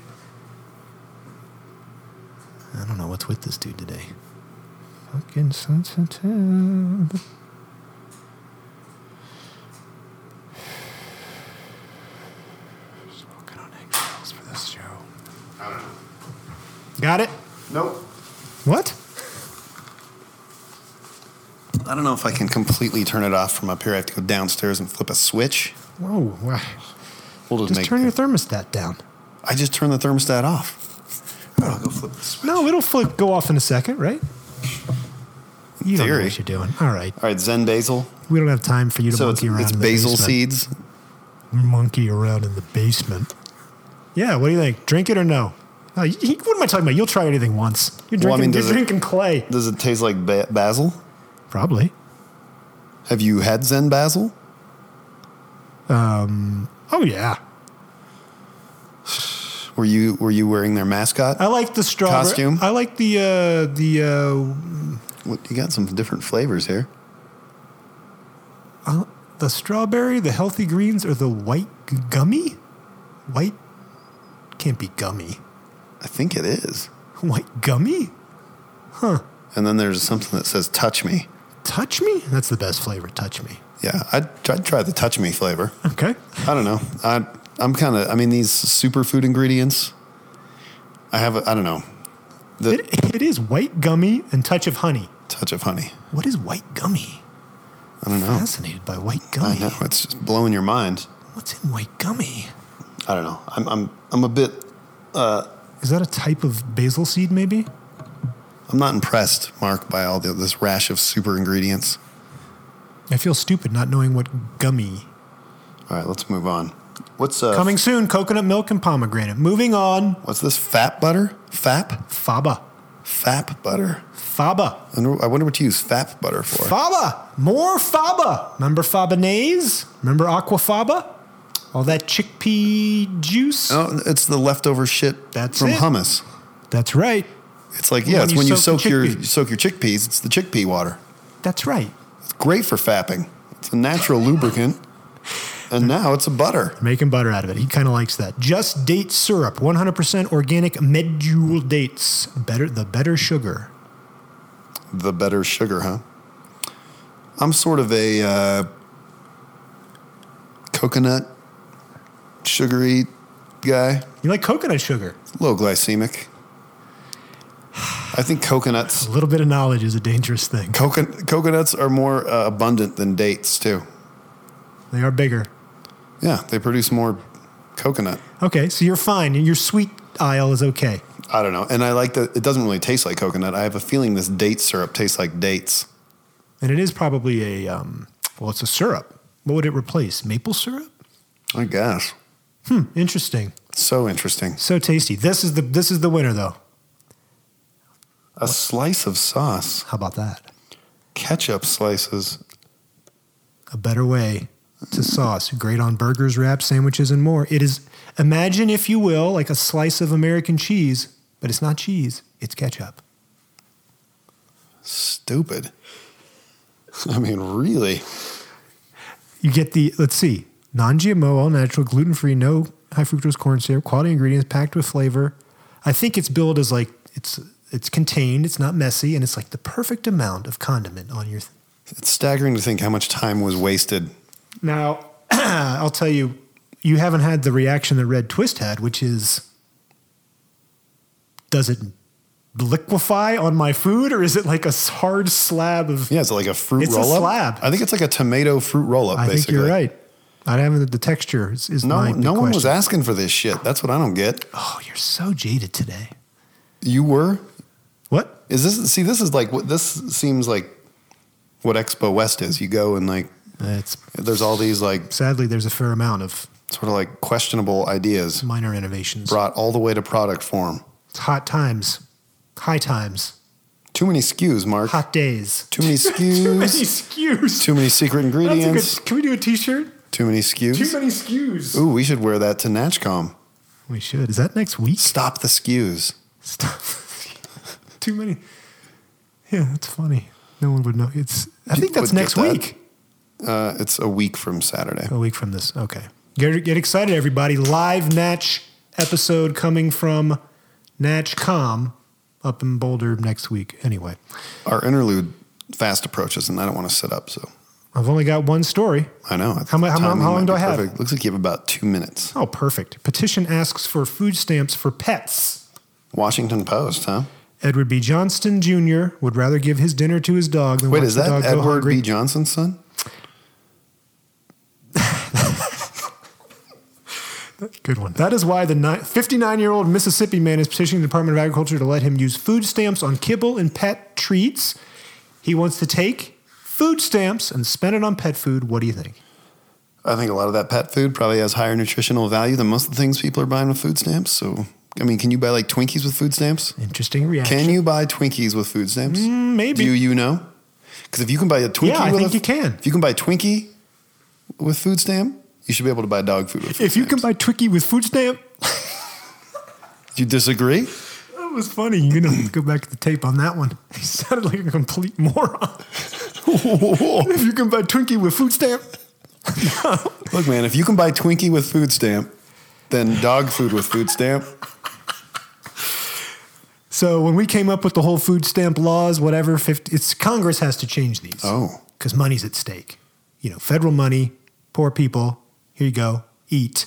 S2: I don't know what's with this dude today. Fucking sensitive. Smoking on eggshells for this show. Got it?
S3: Nope.
S2: What?
S3: I don't know if I can completely turn it off from up here. I have to go downstairs and flip a switch.
S2: Whoa, wow.
S3: We'll just,
S2: Just
S3: make.
S2: turn your thermostat down.
S3: I just turned the thermostat off.
S2: Oh,
S3: I'll go flip the switch.
S2: No, it'll flip, go off in a second, right? You don't know
S3: theory.
S2: what you're doing. All right,
S3: All right, Zen basil.
S2: we don't have time for you to
S3: So it's,
S2: monkey around.
S3: it's
S2: in the
S3: basil
S2: basement.
S3: seeds.
S2: Monkey around in the basement. Yeah, what do you think? Drink it or no? Oh, you- you- what am I talking about? You'll try anything once. You're
S3: Well, I
S2: drinking.
S3: mean, does
S2: you're
S3: it-
S2: drinking clay.
S3: Does it taste like ba- basil?
S2: Probably.
S3: Have you had Zen basil?
S2: Oh yeah.
S3: Were you were you wearing their mascot?
S2: I like the strawberry.
S3: Costume?
S2: I like the uh, the
S3: What- You got some different flavors here.
S2: uh, the strawberry, the healthy greens, or the white g- gummy. White can't be gummy.
S3: I think it is.
S2: White gummy.
S3: And then there's something that says touch me.
S2: Touch me? That's the best flavor, touch me.
S3: Yeah, I'd, I'd try the touch me flavor.
S2: Okay.
S3: I don't know. I I'm kind of. I mean, these superfood ingredients. I have. A, I don't know. The
S2: It, it is white gummy and touch of honey.
S3: touch of honey.
S2: What is white gummy?
S3: I don't know.
S2: Fascinated by white
S3: I
S2: gummy.
S3: know. It's just blowing your mind.
S2: What's in white gummy?
S3: I don't know. I'm I'm I'm a bit.
S2: Is that a type of basil seed, maybe?
S3: I'm not impressed, Mark, by all the, this rash of super ingredients.
S2: I feel stupid not knowing what gummy.
S3: All right, let's move on. What's uh?
S2: Coming soon coconut milk and pomegranate. Moving on.
S3: What's this? Fat butter? Fap?
S2: Faba.
S3: Fap butter.
S2: Faba.
S3: I wonder, I wonder what you use fap butter for.
S2: Faba. More faba. Remember fabanaise? Remember aquafaba? All that chickpea juice?
S3: Oh, it's the leftover shit
S2: That's
S3: from
S2: it.
S3: hummus.
S2: That's right.
S3: It's like yeah,
S2: When
S3: it's
S2: you
S3: when you
S2: soak
S3: soak
S2: the
S3: your
S2: chickpeas.
S3: soak your chickpeas. It's the chickpea water.
S2: That's right.
S3: great for fapping. It's a natural lubricant, and now it's a butter.
S2: Making butter out of it. He kind of likes that. Just date syrup, 100% organic medjool dates. Better the better sugar.
S3: the better sugar, huh? I'm sort of a uh, coconut sugary guy,
S2: You like coconut sugar.
S3: low glycemic. I think coconuts
S2: A little bit of knowledge is a dangerous thing.
S3: coconut, coconuts are more uh, abundant than dates too.
S2: They are bigger.
S3: Yeah, they produce more coconut.
S2: Okay, so you're fine. Your sweet aisle is okay.
S3: I don't know. And I like that it doesn't really taste like coconut. I have a feeling this date syrup tastes like dates.
S2: And it is probably a, um, well, it's a syrup. What would it replace? Maple syrup?
S3: I guess.
S2: Hmm, interesting.
S3: So interesting.
S2: So tasty. This is the this is the winner though.
S3: A slice of sauce,
S2: How about that?
S3: ketchup slices.
S2: A better way to sauce. Great on burgers, wraps, sandwiches, and more. It is imagine, if you will, like a slice of American cheese, but it's not cheese, it's ketchup.
S3: Stupid. I mean, really?
S2: You get the let's see, non-GMO, all natural, gluten-free, no high fructose corn syrup, quality ingredients, packed with flavor. I think it's billed as like it's it's contained, it's not messy, and it's like the perfect amount of condiment on your. Th-
S3: It's staggering to think how much time was wasted.
S2: now, I'll tell you, you haven't had the reaction that Red Twist had, which is, does it liquefy on my food, or is it like a hard slab of?
S3: Yeah, it's like a fruit
S2: It's a
S3: roll up.
S2: slab.
S3: I think it's like a tomato fruit roll up,
S2: I
S3: basically.
S2: think you're right. I haven't the texture is, is
S3: No,
S2: my big
S3: no one was
S2: question.
S3: asking for this shit. That's what I don't get.
S2: Oh, you're so jaded today.
S3: You were?
S2: What?
S3: Is this, see, this is like what this seems like what Expo West is. You go and like,
S2: It's
S3: there's all these like
S2: sadly there's a fair amount of
S3: sort of like questionable ideas
S2: minor innovations.
S3: brought all the way to product form.
S2: It's hot times, high times,
S3: Too many SKUs, Mark.
S2: hot days.
S3: Too many SKUs.
S2: Too many skews.
S3: Too many secret ingredients.
S2: can we do a T-shirt?
S3: Too many
S2: Too
S3: SKUs.
S2: many skews.
S3: Ooh, we should wear that to NatchCom.
S2: We should. Is that next week?
S3: Stop the SKUs.
S2: Stop. Too many. Yeah, that's funny. No one would know. It's. I think
S3: would
S2: that's
S3: get
S2: next
S3: that.
S2: week.
S3: Uh, it's a week from Saturday.
S2: A week from this. Okay. Get get excited, everybody! Live Natch episode coming from NatchCom up in Boulder next week. Anyway.
S3: Our interlude fast approaches, and I don't want to sit up, so
S2: I've only got one story.
S3: I know. I
S2: How mu-
S3: think
S2: how mu-
S3: timing
S2: how long
S3: might
S2: do
S3: be
S2: I have?
S3: Looks like you have about two minutes.
S2: Oh, perfect. Petition asks for food stamps for pets.
S3: Washington Post, huh?
S2: Edward B. Johnston Jr. would rather give his dinner to his dog than
S3: Wait,
S2: watch
S3: is
S2: the dog
S3: that
S2: go
S3: Edward
S2: hungry.
S3: B. Johnson's son?
S2: Good one. That is why the 59 year old Mississippi man is petitioning the Department of Agriculture to let him use food stamps on kibble and pet treats. He wants to take food stamps and spend it on pet food. What do you think?
S3: I think a lot of that pet food probably has higher nutritional value than most of the things people are buying with food stamps. So, I mean, can you buy like Twinkies with food stamps?
S2: Interesting reaction.
S3: Can you buy Twinkies with food stamps?
S2: Mm, Maybe.
S3: Do you know? Because if you can buy a Twinkie,
S2: Yeah, I
S3: with
S2: think
S3: a,
S2: you can.
S3: If you can buy Twinkie with food stamp, you should be able to buy dog food with. Food
S2: if you can
S3: stamps.
S2: buy Twinkie with food stamp,
S3: you disagree?
S2: That was funny. You're gonna have to go back to the tape on that one. He sounded like a complete moron. if you can buy Twinkie with food stamp,
S3: Look, man, if you can buy Twinkie with food stamp, then dog food with food stamp.
S2: so when we came up with the whole food stamp laws, whatever, 50, it's Congress has to change these.
S3: Oh.
S2: because money's at stake. You know, federal money, poor people. Here you go, eat.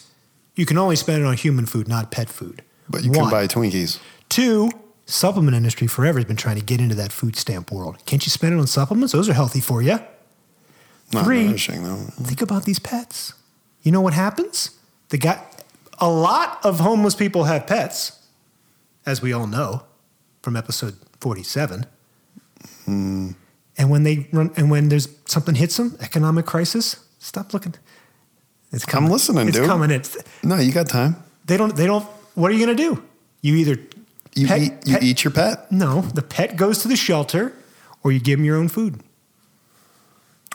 S2: You can only spend it on human food, not pet food.
S3: But you
S2: One.
S3: can buy Twinkies.
S2: Two, supplement industry forever has been trying to get into that food stamp world. Can't you spend it on supplements? Those are healthy for you.
S3: Not
S2: Three.
S3: nourishing though.
S2: think about these pets. You know what happens? The guy, a lot of homeless people have pets, as we all know from episode 47. And when they run, and when there's something hits them, economic crisis, stop looking. It's coming.
S3: listening,
S2: It's
S3: dude.
S2: coming. It's,
S3: No, you got time.
S2: they don't, they don't, what are you going to do? You either,
S3: You
S2: Pet-
S3: eat. You
S2: pet-
S3: eat your pet,
S2: no, the pet goes to the shelter or you give them your own food.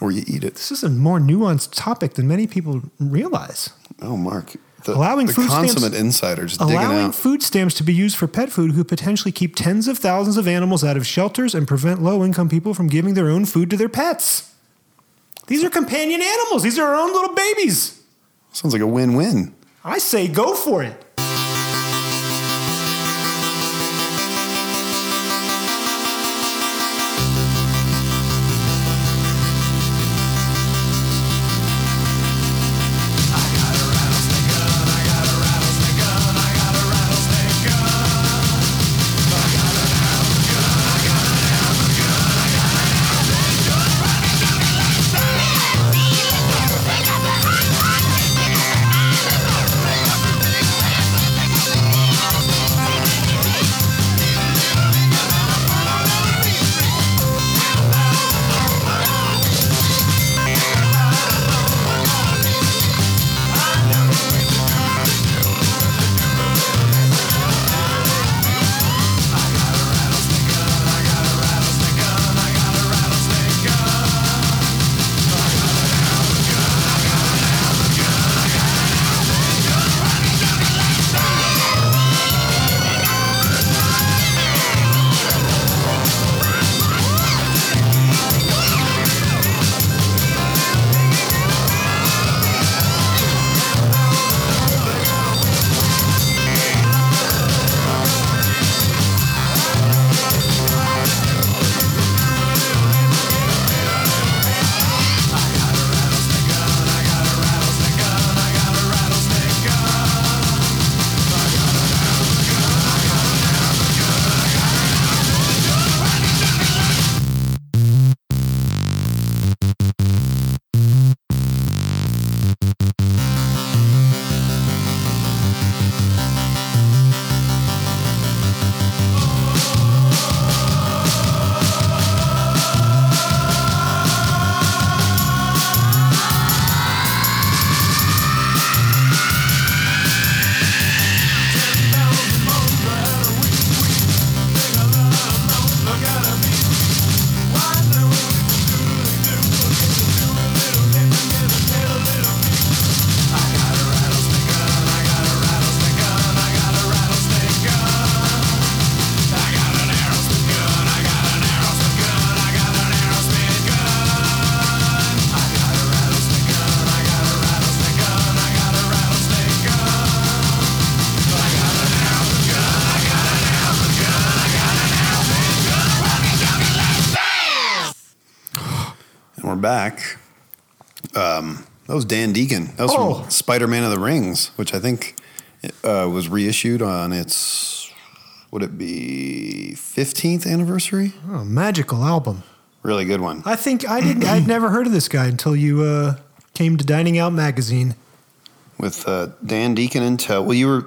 S3: or you eat it.
S2: This is a more nuanced topic than many people realize.
S3: Oh, Mark. The,
S2: Allowing
S3: the
S2: food stamps-
S3: consummate insiders digging
S2: allowing
S3: out.
S2: food stamps to be used for pet food who potentially keep tens of thousands of animals out of shelters and prevent low income people from giving their own food to their pets. These are companion animals. These are our own little babies.
S3: Sounds like a win-win.
S2: I say go for it.
S3: back, um, that was Dan Deacon. That was
S2: Oh.
S3: from Spider Man of the Rings, which I think uh, was reissued on its, would it be 15th anniversary?
S2: Oh, magical album.
S3: Really good one.
S2: I think I didn't. I'd never heard of this guy until you uh, came to Dining Out magazine.
S3: with uh, Dan Deacon and tow. Well, you were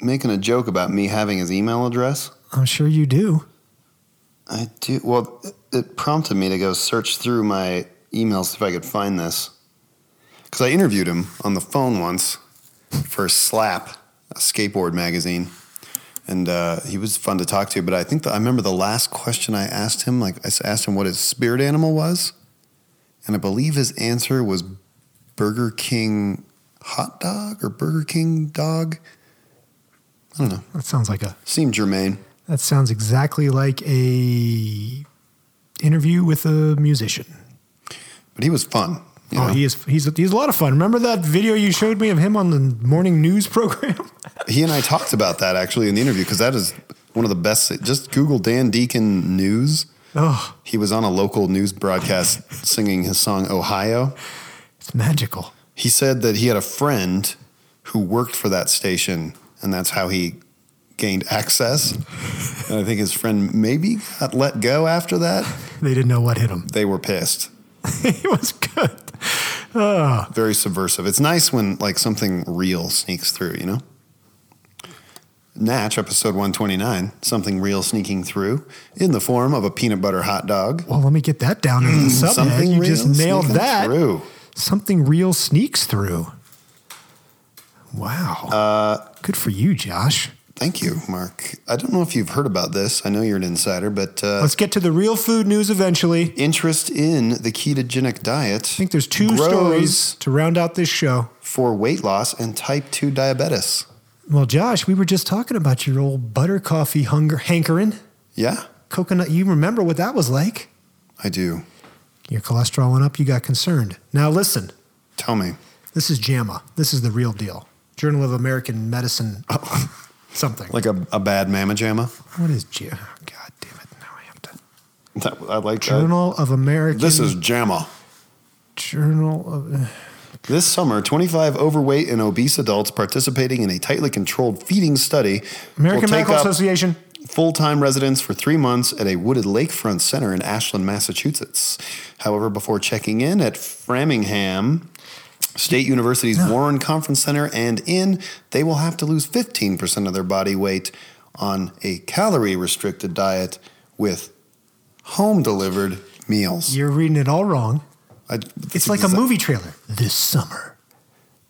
S3: making a joke about me having his email address.
S2: I'm sure you do.
S3: I do. Well, it- it prompted me to go search through my emails if I could find this. Because I interviewed him on the phone once for Slap, a skateboard magazine. And uh, he was fun to talk to. But I think the, I remember the last question I asked him, like I s- asked him what his spirit animal was. And I believe his answer was Burger King hot dog or Burger King dog. I don't know.
S2: That sounds like a.
S3: Seemed germane.
S2: That sounds exactly like a interview with a musician.
S3: But he was fun. you
S2: Oh,
S3: know?
S2: he is. He's he's a lot of fun. Remember that video you showed me of him on the morning news program?
S3: He and I talked about that actually in the interview because that is one of the best. Just Google Dan Deacon news.
S2: oh,
S3: He was on a local news broadcast singing his song Ohio.
S2: it's magical.
S3: He said that he had a friend who worked for that station, and that's how he gained access. And I think his friend maybe got let go after that.
S2: They didn't know what hit him.
S3: They were pissed.
S2: he was good.
S3: Very subversive. It's nice when like something real sneaks through, you know? Natch, episode 129, something real sneaking through in the form of a peanut butter hot dog.
S2: Well, let me get that down as a subhead.
S3: Mm, something
S2: you
S3: real
S2: just nailed
S3: sneaking
S2: that.
S3: Through.
S2: Something real sneaks through. Wow. Uh, Good for you, Josh.
S3: Thank you, Mark. I don't know if you've heard about this. I know you're an insider, but uh,
S2: Let's get to the real food news eventually. I
S3: interest in the ketogenic diet. I
S2: think there's two stories to round out this show.
S3: for weight loss and type 2 diabetes.
S2: Well, Josh, we were just talking about your old butter coffee hunger hankering.
S3: Yeah,
S2: Coconut, you remember what that was like?
S3: I do.
S2: Your cholesterol went up, you got concerned. Now listen,
S3: Tell me.
S2: this is JAMA. This is the real deal. Journal of American Medicine something.
S3: Like a, a bad mama jamma?
S2: What is J? Oh, God damn it! Now I have to.
S3: That- I like that.
S2: Journal of American.
S3: Uh, This is JAMA.
S2: Journal of. uh,
S3: This summer, 25 overweight and obese adults participating in a tightly controlled feeding study
S2: American
S3: will take
S2: Medical
S3: up
S2: Association.
S3: full-time residence for three months at a wooded lakefront center in Ashland, Massachusetts. However, before checking in at Framingham State University's Warren Conference Center and Inn, they will have to lose 15% of their body weight on a calorie-restricted diet with home-delivered meals.
S2: You're reading it all wrong.
S3: I-
S2: It's like a
S3: Is that-
S2: movie trailer. This summer,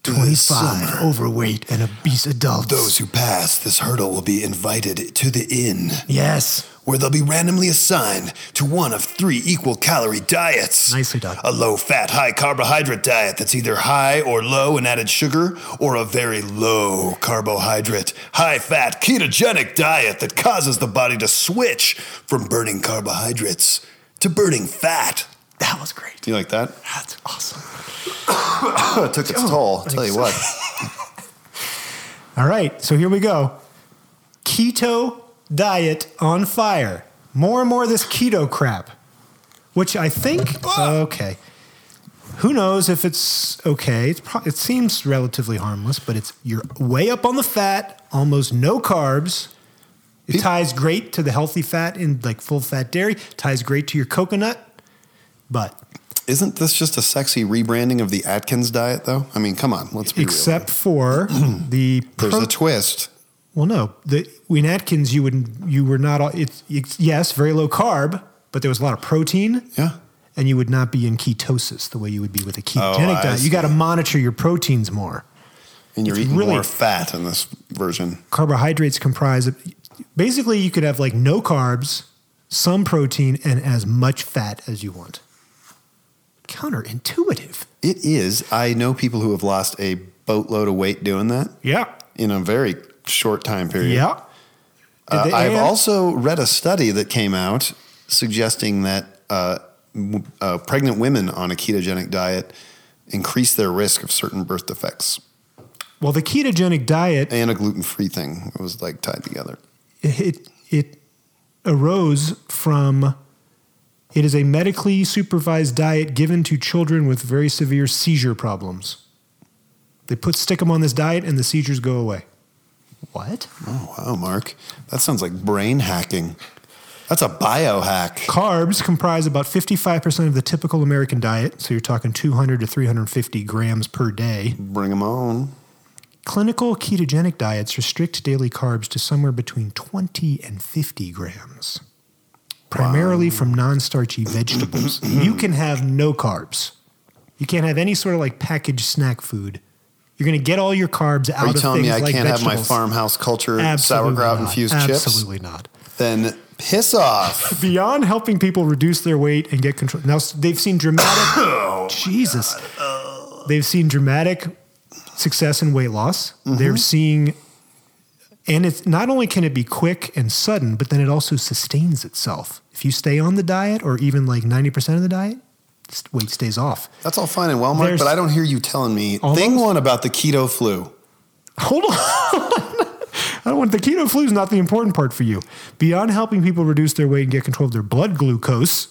S3: This
S2: 25
S3: summer.
S2: overweight and obese adults.
S3: Those who pass this hurdle will be invited to the inn,
S2: Yes.
S3: where they'll be randomly assigned to one of three equal calorie diets.
S2: Nicely done.
S3: A low fat, high carbohydrate diet that's either high or low in added sugar, or a very low carbohydrate, high fat, ketogenic diet that causes the body to switch from burning carbohydrates to burning fat.
S2: That was great.
S3: Do you like that?
S2: That's awesome.
S3: it took
S2: Oh,
S3: its toll. I'll tell you what.
S2: All right, so here we go. Keto diet on fire. More and more of this keto crap, which I think okay. Who knows if it's okay? It's pro- it seems relatively harmless, but it's you're way up on the fat, almost no carbs. It ties great to the healthy fat in like full fat dairy. Ties great to your coconut, but
S3: Isn't this just a sexy rebranding of the Atkins diet, though? I mean, come on, let's be real.
S2: except for the
S3: There's
S2: pro-
S3: a twist.
S2: Well, no. The, in Atkins, you would you were not. all- It's, it's yes, very low carb, but there was a lot of protein,
S3: Yeah.
S2: and you would not be in ketosis the way you would be with a ketogenic
S3: Oh, I
S2: diet.
S3: see.
S2: You got to monitor your proteins more.
S3: And you're
S2: It's
S3: eating
S2: really-
S3: more fat in this version.
S2: Carbohydrates comprise of, basically you could have like no carbs, some protein, and as much fat as you want. Counterintuitive.
S3: It is. I know people who have lost a boatload of weight doing that
S2: Yeah.
S3: in a very short time period.
S2: Yeah.
S3: Uh,
S2: Did they-
S3: I've
S2: and-
S3: also read a study that came out suggesting that uh, w- uh, pregnant women on a ketogenic diet increase their risk of certain birth defects
S2: well the ketogenic diet
S3: and a gluten free thing. It was like tied together.
S2: it it arose from It is a medically supervised diet given to children with very severe seizure problems. They put stick them on this diet and the seizures go away.
S4: What?
S3: Oh, wow, Mark. That sounds like brain hacking. That's a biohack.
S2: Carbs comprise about 55% of the typical American diet, so you're talking 200 to 350 grams per day.
S3: Bring them on.
S2: Clinical ketogenic diets restrict daily carbs to somewhere between 20 and 50 grams, primarily from non starchy vegetables. you can have no carbs. You can't have any sort of like packaged snack food. You're going to get all your carbs out
S3: Are you
S2: of
S3: telling
S2: things
S3: me I
S2: like
S3: can't have my
S2: vegetables.
S3: farmhouse culture
S2: Absolutely
S3: sauerkraut
S2: not.
S3: infused
S2: Absolutely not.
S3: chips? Then piss off.
S2: Beyond helping people reduce their weight and get control, now s- they've seen dramatic. Jesus, they've seen dramatic success in weight loss. They're seeing, and it's not only can it be quick and sudden, but then it also sustains itself. If you stay on the diet, or even like ninety percent of the diet, s- weight stays off.
S3: That's all fine and well, Mark,
S2: There's-
S3: but I don't hear you telling me
S2: Almost-
S3: thing one about the keto flu.
S2: Hold on. I don't want the keto flu is not the important part for you. Beyond helping people reduce their weight and get control of their blood glucose,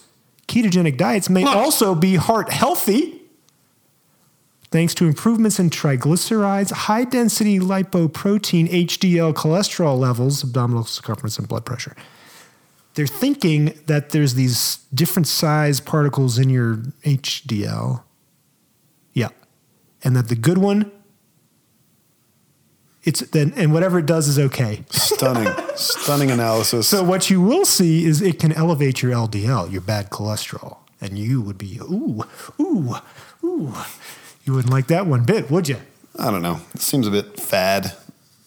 S2: ketogenic diets may also be heart healthy thanks to improvements in triglycerides, high density lipoprotein, HDL cholesterol levels, abdominal circumference, and blood pressure. They're thinking that there's these different size particles in your HDL. Yeah. And that the good one it's then and whatever it does is okay.
S3: Stunning, stunning analysis.
S2: So what you will see is it can elevate your LDL, your bad cholesterol, and you would be ooh ooh ooh. You wouldn't like that one bit, would you?
S3: I don't know. It seems a bit fad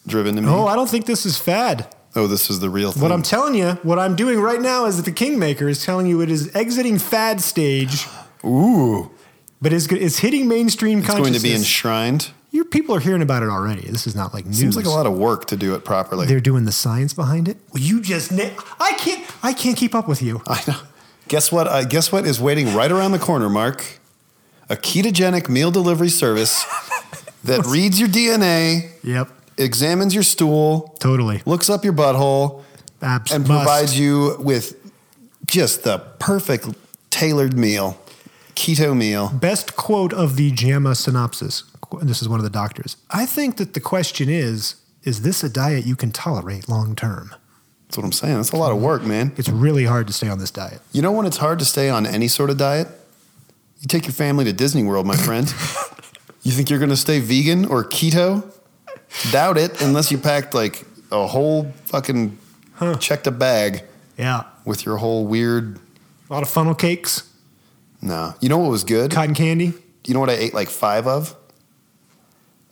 S3: driven to me.
S2: Oh, I don't think this is fad.
S3: oh, this is the real thing.
S2: What I'm telling you, what I'm doing right now is that the Kingmaker is telling you it is exiting fad stage,
S3: Ooh,
S2: but it's, it's hitting mainstream
S3: it's going
S2: consciousness.
S3: to be enshrined.
S2: your people are hearing about it already. This is not like news.
S3: Seems like a lot of work to do it properly.
S2: They're doing the science behind it. Well, you just na- I can't I can't keep up with you.
S3: I know. Guess what? Uh, guess what is waiting right around the corner, Mark? A ketogenic meal delivery service that reads your DNA,
S2: Yep,
S3: examines your stool,
S2: totally.
S3: looks up your butthole,
S2: Abs-
S3: and
S2: must.
S3: provides you with just the perfect tailored meal, keto meal.
S2: Best quote of the JAMA synopsis. Qu- This is one of the doctors. I think that the question is is this a diet you can tolerate long term?
S3: That's what I'm saying. That's a lot of work, man.
S2: It's really hard to stay on this diet.
S3: You know when it's hard to stay on any sort of diet? You take your family to Disney World, my friend. you think you're going to stay vegan or keto? Doubt it unless you packed like a whole fucking checked a bag
S2: Yeah.
S3: with your whole weird
S2: A lot of funnel cakes,
S3: Nah. You know what was good?
S2: cotton candy.
S3: You know what I ate like 5 of?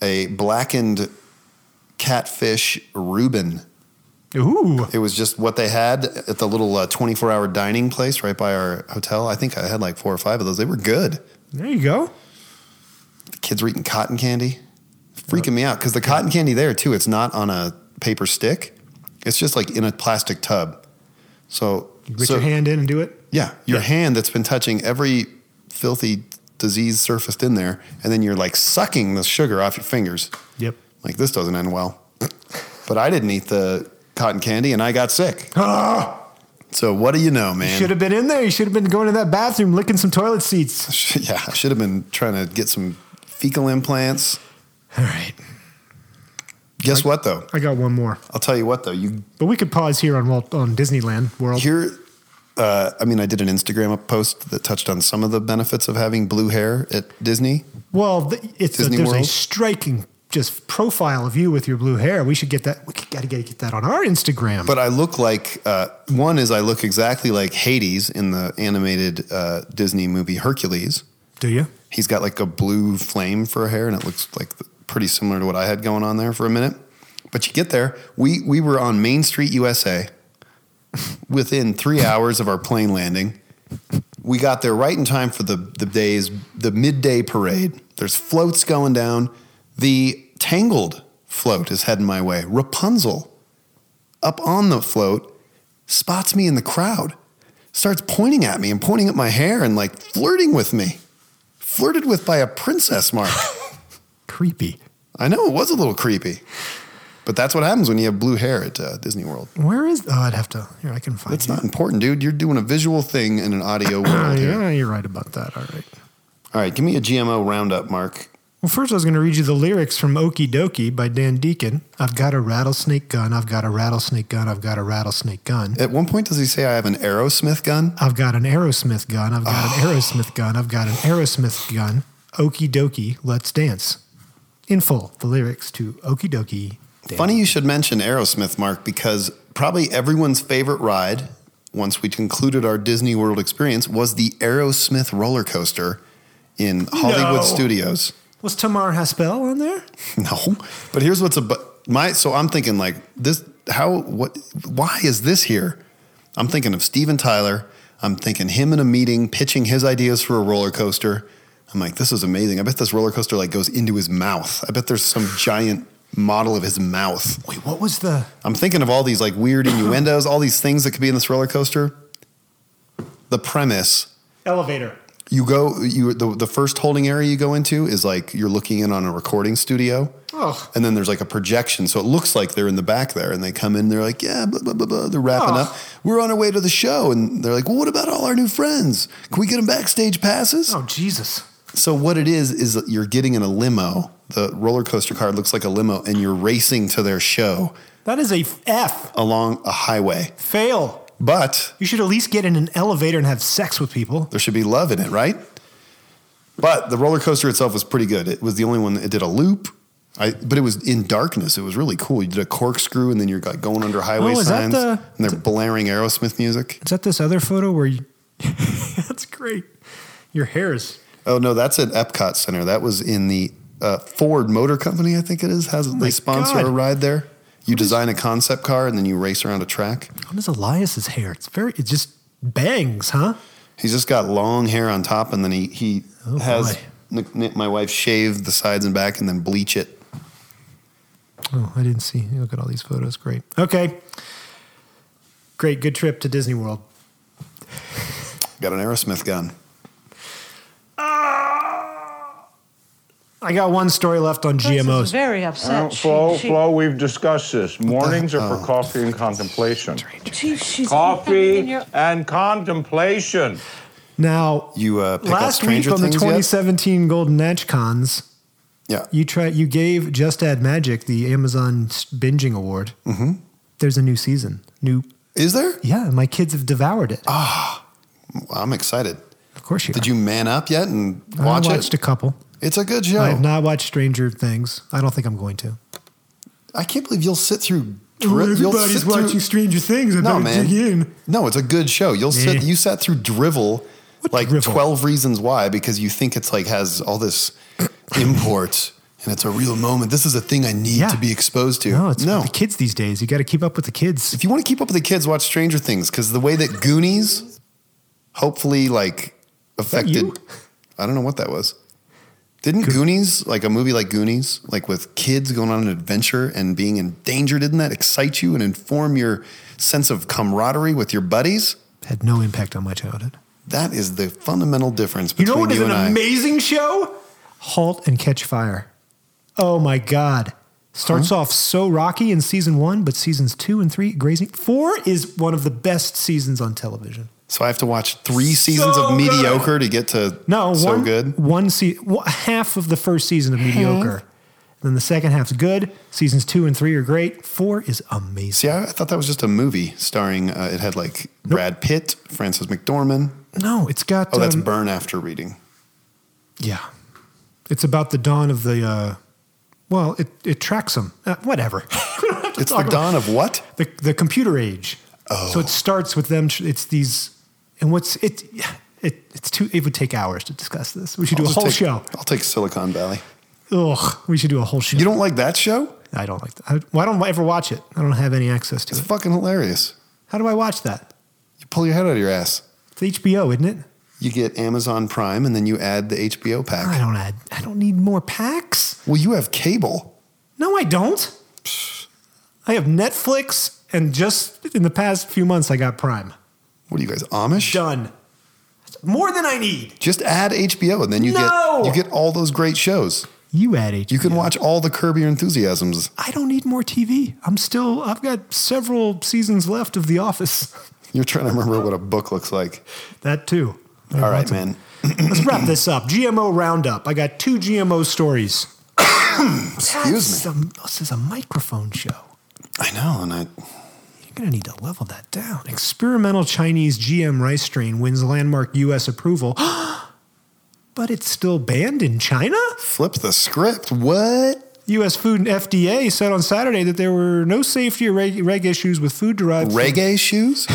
S3: A blackened catfish Reuben.
S2: Ooh.
S3: It was just what they had at the little uh, 24-hour dining place right by our hotel. I think I had like 4 or 5 of those. They were good.
S2: There you go.
S3: kids were eating cotton candy, freaking me out because the cotton candy there too. It's not on a paper stick. It's just like in a plastic tub. So,
S2: You put
S3: so-
S2: your hand in and do it.
S3: yeah, your
S2: Yeah.
S3: hand that's been touching every filthy disease surfaced in there, and then you're like sucking the sugar off your fingers.
S2: Yep.
S3: Like this doesn't end well. but I didn't eat the cotton candy, and I got sick.
S2: Ah!
S3: so what do you know, man?
S2: Should have been in there. You should have been going to that bathroom licking some toilet seats.
S3: yeah, I should have been trying to get some fecal implants.
S2: All right.
S3: Guess what though?
S2: I got one more.
S3: I'll tell you what though. You
S2: But we could pause here on Walt, on Disneyland World.
S3: Here, uh, I mean, I did an Instagram post that touched on some of the benefits of having blue hair at Disney.
S2: Well, th- it's a,
S3: Disney
S2: there's a
S3: World?
S2: striking just profile of you with your blue hair. We should get that. We got to get that on our Instagram.
S3: But I look like uh, one is I look exactly like Hades in the animated uh, Disney movie Hercules.
S2: do you?
S3: He's got like a blue flame for hair, and it looks like the, pretty similar to what I had going on there for a minute. But you get there. We we were on Main Street, USA. Within three hours of our plane landing, we got there right in time for the the day's the midday parade. There's floats going down. The Tangled float is heading my way. Rapunzel up on the float spots me in the crowd, starts pointing at me and pointing at my hair and like flirting with me flirted with by a princess, Mark.
S2: Creepy.
S3: I know it was a little creepy. But that's what happens when you have blue hair at uh, Disney World.
S2: Where is? Oh, I'd have to. Here, I can find.
S3: That's
S2: it.
S3: not important, dude. You're doing a visual thing in an audio
S2: Oh,
S3: world here.
S2: yeah, you're right about that. All right.
S3: All right, give me a GMO roundup, Mark.
S2: Well, first, I was going to read you the lyrics from Okie Dokie by Dan Deacon. I've got a rattlesnake gun. I've got a rattlesnake gun. I've got a rattlesnake gun.
S3: At one point, does he say I have an Aerosmith gun?
S2: I've got an Aerosmith gun. I've got
S3: Ah.
S2: an Aerosmith gun. I've got an Aerosmith gun. Okie dokie, let's dance. In full, the lyrics to Okie dokie. Dance.
S3: Funny you should mention Aerosmith, Mark, because probably everyone's favorite ride, once we concluded our Disney World experience, was the Aerosmith roller coaster in Hollywood
S2: No.
S3: Studios.
S2: Was Tamar Haspel on there?
S3: No, but here's what's about my. So I'm thinking like this. How? What? Why is this here? I'm thinking of Steven Tyler. I'm thinking him in a meeting pitching his ideas for a roller coaster. I'm like, this is amazing. I bet this roller coaster like goes into his mouth. I bet there's some giant model of his mouth.
S2: Wait, what was the.
S3: I'm thinking of all these like weird innuendos, all these things that could be in this roller coaster. The premise
S2: Elevator.
S3: you go you the, the first holding area you go into is like you're looking in on a recording studio
S2: Ugh.
S3: and then there's like a projection so it looks like they're in the back there and they come in they're like yeah blah blah blah, blah. they're wrapping
S2: Ugh.
S3: up we're on our way to the show and they're like well what about all our new friends can we get them backstage passes
S2: Oh, Jesus.
S3: so what it is is that you're getting in a limo the roller coaster car looks like a limo and you're racing to their show
S2: That is a F.
S3: along a highway
S2: Fail.
S3: but
S2: You should at least get in an elevator and have sex with people.
S3: There should be love in it, right? But the roller coaster itself was pretty good. It was the only one that it did a loop. I, but it was in darkness. It was really cool. You did a corkscrew, and then you're like going under highway
S2: Oh, is that
S3: signs,
S2: the-
S3: and they're blaring Aerosmith music.
S2: Is that this other photo where you. That's great. Your hair is.
S3: Oh no, that's at Epcot Center. That was in the uh, Ford Motor Company, I think it is. Has
S2: Oh my
S3: they sponsor
S2: God.
S3: a ride there? You design a concept car, and then you race around a track.
S2: What is Elias's hair? It's very. It just bangs, huh?
S3: He's just got long hair on top, and then he he
S2: Oh,
S3: has
S2: boy.
S3: Nick- Nick- my wife shave the sides and back, and then bleach it.
S2: Oh, I didn't see. Look at all these photos. Great. Okay. Great. Good trip to Disney World.
S3: Got an Aerosmith gun.
S2: I got one story left on
S5: Princess is
S2: GMOs.
S5: very
S6: Well,
S5: upset. She-
S6: Uh, Flo,
S5: she-
S6: Flo, we've discussed this. Mornings are
S3: Oh.
S6: for coffee and contemplation.
S5: she- she's in
S6: Coffee
S5: your-
S6: and contemplation.
S2: Now,
S3: You uh, pick up
S2: last week
S3: Stranger
S2: on the
S3: Things yet?
S2: 2017 Golden Edge Cons,
S3: Yeah.
S2: you try you gave Just Add Magic the Amazon s- binging award. Mm-hmm. There's a new season. New.
S3: Is there?
S2: Yeah, my kids have devoured it.
S3: Well, I'm excited.
S2: of course you.
S3: Ah, Did
S2: are.
S3: you man up yet and
S2: I
S3: watch
S2: watched
S3: it? Oh.
S2: a couple.
S3: It's a good show.
S2: I have not watched Stranger Things. I don't think I'm going to.
S3: I can't believe you'll sit through. dri- you'll sit through-
S2: Stranger Things. I
S3: No, man. No, it's a good show. You'll sit.
S2: Eh.
S3: You sat through Drivel,
S2: What
S3: like
S2: Drivel?
S3: Twelve Reasons Why, because you think it's like has all this import and it's a real moment. This is a thing I need
S2: Yeah.
S3: to be exposed to.
S2: No, it's for the kids these days. You got to keep up with the kids.
S3: if you want to keep up with the kids, watch Stranger Things because the way that Goonies, hopefully, like affected.
S2: you?
S3: I don't know what that was. Didn't Goonies, like a movie like Goonies, like with kids going on an adventure and being in danger, didn't that excite you and inform your sense of camaraderie with your buddies?
S2: Had no impact on my childhood.
S3: That is the fundamental difference
S2: You
S3: between
S2: know
S3: you,
S2: what is an
S3: and I.
S2: amazing show? Halt and Catch Fire. Oh my God. Starts off so rocky in season one, but seasons two and three, grazing. Four is one of the best seasons on television.
S3: so I have to watch three seasons
S2: So
S3: of
S2: good.
S3: mediocre to get to
S2: No,
S3: so
S2: one,
S3: good.
S2: One se- wh- half of the first season of mediocre. And then the second half's good. Seasons two and three are great. Four is amazing.
S3: See, I, I thought that was just a movie starring. Uh, it had like Brad Pitt, Francis McDormand.
S2: No, it's got.
S3: Oh, that's
S2: um,
S3: burn after reading.
S2: Yeah. It's about the dawn of the, uh, well, it, it tracks them. Uh, whatever.
S3: It's the dawn of what?
S2: the, the computer age. Oh. So it starts with them. It's these, and what's it, it, it's too, it would take hours to discuss this. We should do a
S3: I'll just
S2: whole
S3: take-
S2: show.
S3: I'll take Silicon Valley.
S2: Ugh. We should do a whole show.
S3: You don't like that show?
S2: I don't like that. I, well, I don't ever watch it. I don't have any access to
S3: It's
S2: it.
S3: fucking hilarious.
S2: How do I watch that?
S3: You pull your head out of your ass.
S2: It's HBO, isn't it?
S3: You get Amazon Prime and then you add the HBO
S2: I
S3: pack.
S2: don't add, I don't need more packs.
S3: Well, you have cable.
S2: No, I don't. I have Netflix and just in the past few months, I got Prime.
S3: What are you guys, Amish?
S2: Done. More than I need.
S3: Just add HBO and then you
S2: No!
S3: get you get all those great shows.
S2: You add HBO.
S3: You can watch all the Curb Your Enthusiasms.
S2: I don't need more TV. I'm still. I've got several seasons left of The Office.
S3: You're trying to remember what a book looks like.
S2: That too.
S3: All right, man.
S2: Let's wrap this up. GMO roundup. I got two GMO stories.
S3: Excuse me.
S2: this is a microphone show.
S3: I know, and I
S2: You're going to need to level that down. Experimental Chinese GM rice strain wins landmark U.S. approval, but it's still banned in China?
S3: flipped the script. What?
S2: U.S. Food and FDA said on Saturday that there were no safety or reg, reg issues with food derived.
S3: Reggae shoes?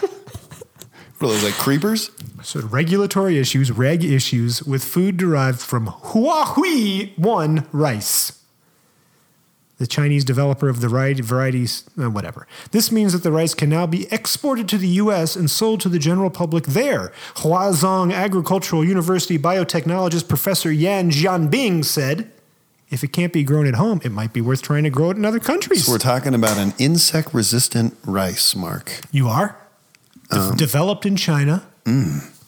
S3: What are those like creepers?
S2: So regulatory issues, reg issues with food derived from Huahui 1 rice. The Chinese developer of the variety, varieties, uh, whatever. This means that the rice can now be exported to the U.S. and sold to the general public there. Huazhong Agricultural University biotechnologist Professor Yan Jianbing said, "If it can't be grown at home, it might be worth trying to grow it in other countries."
S3: So we're talking about an insect resistant rice, Mark.
S2: you are De- developed in China.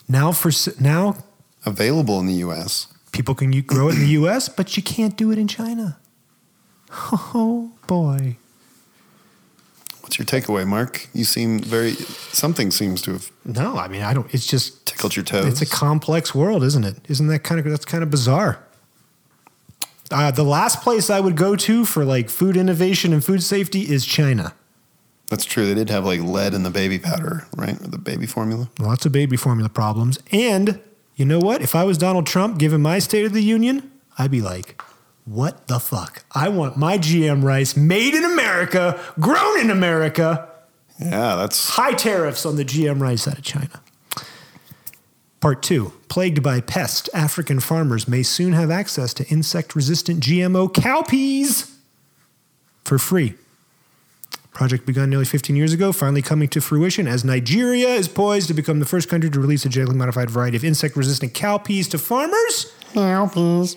S2: Now for s- now
S3: Available in the US.
S2: People can u- grow it in the U.S., but you can't do it in China. Oh boy!
S3: What's your takeaway, Mark? You seem very something seems to have
S2: No, I mean I don't. It's just
S3: tickled your toes.
S2: it's a complex world, isn't it? Isn't that kind of that's kind of bizarre? Uh, the last place I would go to for like food innovation and food safety is China.
S3: That's true. They did have like lead in the baby powder, right? Or the baby formula.
S2: Lots of baby formula problems, and you know what? If I was Donald Trump giving my State of the Union, I'd be like. What the fuck? I want my GM rice made in America, grown in America,
S3: Yeah, that's
S2: high tariffs on the GM rice out of China. Part two plagued by pest, African farmers may soon have access to insect resistant GMO cowpeas for free. Project begun nearly 15 years ago, finally coming to fruition as Nigeria is poised to become the first country to release a genetically modified variety of insect resistant cowpeas to farmers,
S3: cowpeas.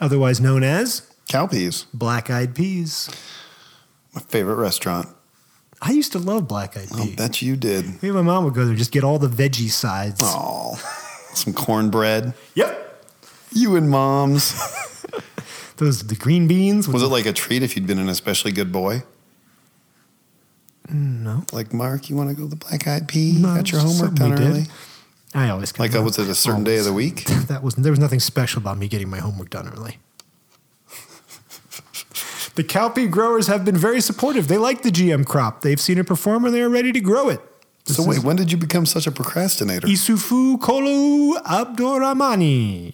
S2: otherwise known as
S3: Cowpeas,
S2: black eyed peas.
S3: my favorite restaurant.
S2: I used to love black eyed
S3: I'll
S2: peas.
S3: bet you did.
S2: Me and my mom would go there, just get all the veggie sides.
S3: Oh, some cornbread.
S2: Yep.
S3: You and mom's.
S2: Those the green beans. With
S3: Was it like a treat if you'd been an especially good boy? No. Like Mark, you want to go to the Black Eyed Pea?
S2: Mm,
S3: Got
S2: No,
S3: your
S2: it's just
S3: homework
S2: something
S3: done
S2: we
S3: early.
S2: did. I always got
S3: Like
S2: my-
S3: uh, was it a certain day of the week?
S2: that was there was nothing special about me getting my homework done early. the cowpea growers have been very supportive. They like the GM crop. They've seen it perform and they are ready to grow it.
S3: So wait, when did you become such a procrastinator?
S2: Isufu Kolu Abdoramani,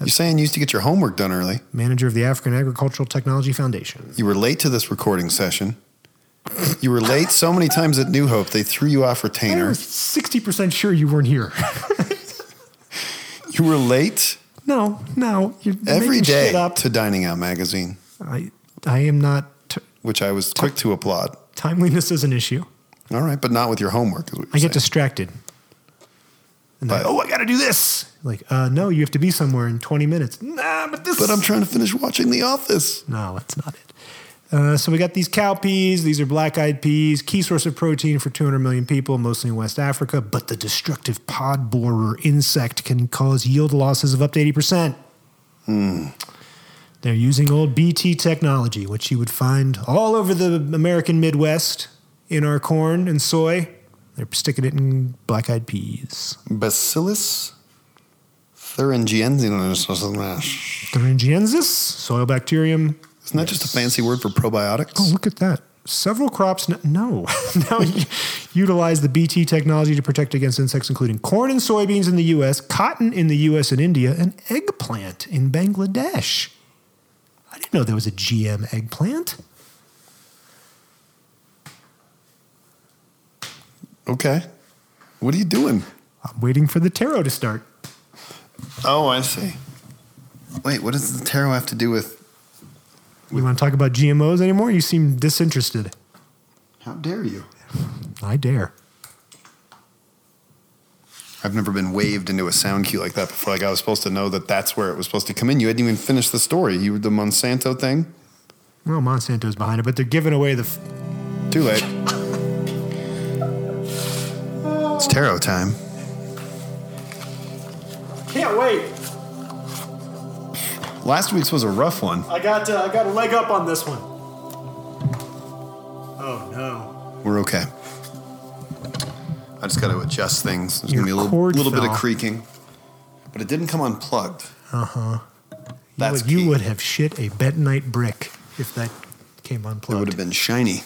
S3: You're saying you used to get your homework done early.
S2: manager of the African Agricultural Technology Foundation.
S3: You were late to this recording session. You were late so many times at New Hope they threw you off
S2: I
S3: retainer.
S2: was Oh, sixty percent sure you weren't here.
S3: You were late
S2: no, no, you're
S3: every
S2: making
S3: day
S2: shit up.
S3: to Dining Out magazine,
S2: I, I am not. T-
S3: which I was quick to applaud.
S2: timeliness is an issue.
S3: All right, but not with your homework. Is what
S2: I
S3: you're
S2: get
S3: saying.
S2: distracted. And
S3: But-
S2: like, oh, I got to do this. Like, uh, no, you have to be somewhere in 20 minutes. Nah, but this.
S3: But I'm trying to finish watching The Office.
S2: no, that's not it. Uh, so we got these cow peas. These are black-eyed peas, key source of protein for 200 million people, mostly in West Africa. But the destructive pod borer insect can cause yield losses of up to 80 percent. They're using old BT technology, which you would find all over the American Midwest in our corn and soy. They're sticking it in black-eyed peas.
S3: Bacillus thuringiensis.
S2: Thuringiensis, soil bacterium.
S3: Isn't that just a fancy word for probiotics?
S2: Oh, Look at that. Several crops n- no now u- utilize the BT technology to protect against insects, including corn and soybeans in the U.S., cotton in the U.S. and India, and eggplant in Bangladesh. I didn't know there was a GM eggplant.
S3: Okay. What are you doing?
S2: I'm waiting for the tarot to start.
S3: Oh, I see. Wait, what does the tarot have to do with?
S2: We want to talk about GMOs anymore? You seem disinterested.
S3: How dare you?
S2: I dare.
S3: I've never been waved into a sound cue like that before. Like I was supposed to know that that's where it was supposed to come in. You hadn't even finished the story. You were the Monsanto thing.
S2: Well, Monsanto's behind it, but they're giving away the. F-
S3: Too late. It's tarot time.
S2: Can't wait.
S3: Last week's was a rough one.
S5: I got uh, I got a leg up on this one. Oh no.
S3: We're okay. I just got to adjust things. There's going to be
S2: Your
S3: a little,
S2: cord
S3: little bit of
S2: fell.
S3: creaking, but it didn't come unplugged.
S2: Uh-huh. You
S3: That's
S2: would, you
S3: key.
S2: would have shit a bentonite brick if that came
S3: It would have
S2: unplugged.
S3: been shiny,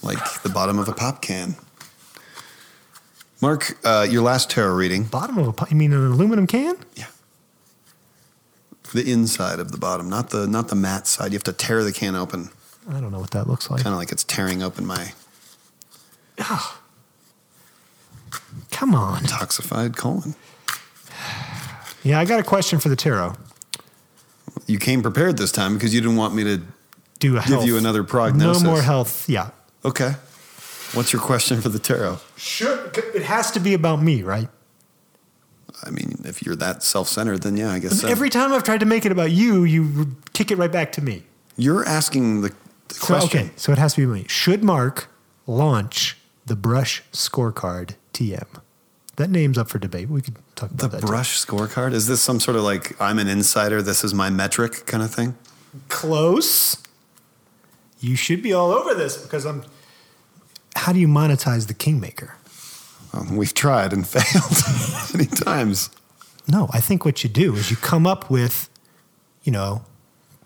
S3: like the bottom of a pop can. Mark, uh, your last tarot reading.
S2: Bottom of a pot. You mean an aluminum can?
S3: Yeah. The inside of the bottom, not the not the matte side. You have to tear the can open,
S2: I don't know what that looks like.
S3: kind of like it's tearing open my
S2: Come on.
S3: toxified colon.
S2: Yeah, I got a question for the tarot.
S3: You came prepared this time because you didn't want me to.
S2: Do a
S3: Give
S2: health.
S3: you another prognosis.
S2: No more health. Yeah.
S3: Okay. What's your question for the tarot?
S2: Sure. It has to be about me, right?
S3: I mean, if you're that self-centered, then yeah, I guess so.
S2: Every time I've tried to make it about you, you kick it right back to me.
S3: you're asking the, the
S2: So,
S3: question.
S2: okay, so it has to be me. Should Mark launch the Brush Scorecard TM? That name's up for debate. We could talk
S3: The
S2: about that. too.
S3: brush scorecard? Is this some sort of like I'm an insider, this is my metric kind of thing?
S2: Close. You should be all over this because I'm. How do you monetize the Kingmaker?
S3: Um, we've tried and failed many times.
S2: No, I think what you do is you come up with, you know,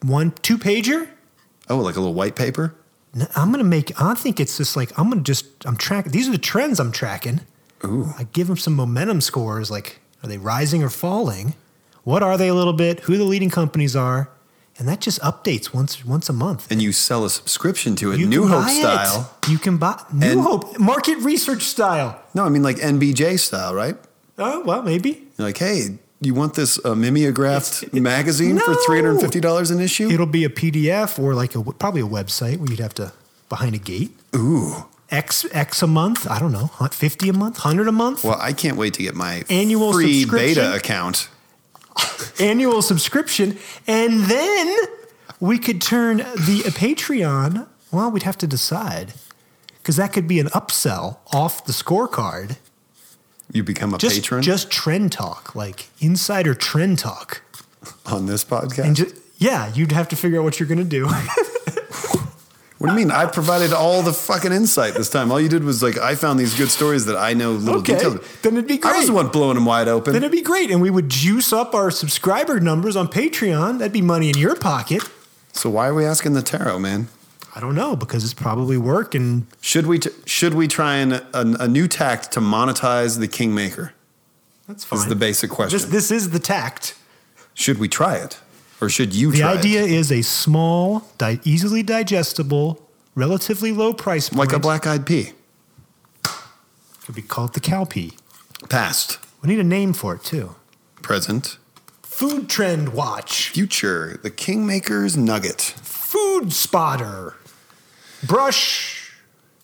S2: one two pager.
S3: Oh, like a little white paper?
S2: N- I'm gonna make. I think it's just like I'm gonna just. I'm tracking. These are the trends I'm tracking. Ooh. I give them some momentum scores. Like, are they rising or falling? What are they a little bit? Who the leading companies are, and that just updates once once a month.
S3: And you sell a subscription to it,
S2: You
S3: New
S2: can
S3: Hope
S2: buy it.
S3: style.
S2: You can buy New
S3: And-
S2: Hope market research style.
S3: No, I mean like NBJ style, right?
S2: Oh well, maybe
S3: You're like, hey, you want this uh, mimeographed
S2: It's- it-
S3: magazine for
S2: No!
S3: $350 an issue?
S2: it'll be a PDF or like a w- probably a website where you'd have to behind a gate.
S3: Ooh.
S2: X X a month. I don't know, hun- fifty a month, hundred a month.
S3: Well, I can't wait to get my
S2: Annual
S3: free
S2: subscription?
S3: beta account.
S2: annual subscription, and then we could turn the Patreon. Well, we'd have to decide because that could be an upsell off the scorecard.
S3: You become a
S2: Just
S3: patron
S2: just trend talk, like insider trend talk,
S3: on this podcast.
S2: and just yeah, you'd have to figure out what you're gonna do.
S3: What do you mean? I provided all the fucking insight this time. All you did was like, I found these good stories that I know little
S2: Okay,
S3: details.
S2: then it'd be
S3: I was
S2: great.
S3: the one blowing them wide open.
S2: then it'd be great, and we would juice up our subscriber numbers on Patreon. That'd be money in your pocket.
S3: so why are we asking the tarot, man?
S2: I don't know because it's probably work and
S3: Should we t- should we try an, an, a new tact to monetize the kingmaker?
S2: that's fine.
S3: Is the basic question.
S2: This this is the tact.
S3: should we try it, or should you?
S2: The
S3: try it?
S2: idea is a small, di- easily digestible, relatively low price point.
S3: like a black-eyed pea,
S2: Could be called the cowpea.
S3: past,
S2: We need a name for it too.
S3: present,
S2: Food trend watch.
S3: future, the kingmaker's nugget.
S2: Food spotter. Brush.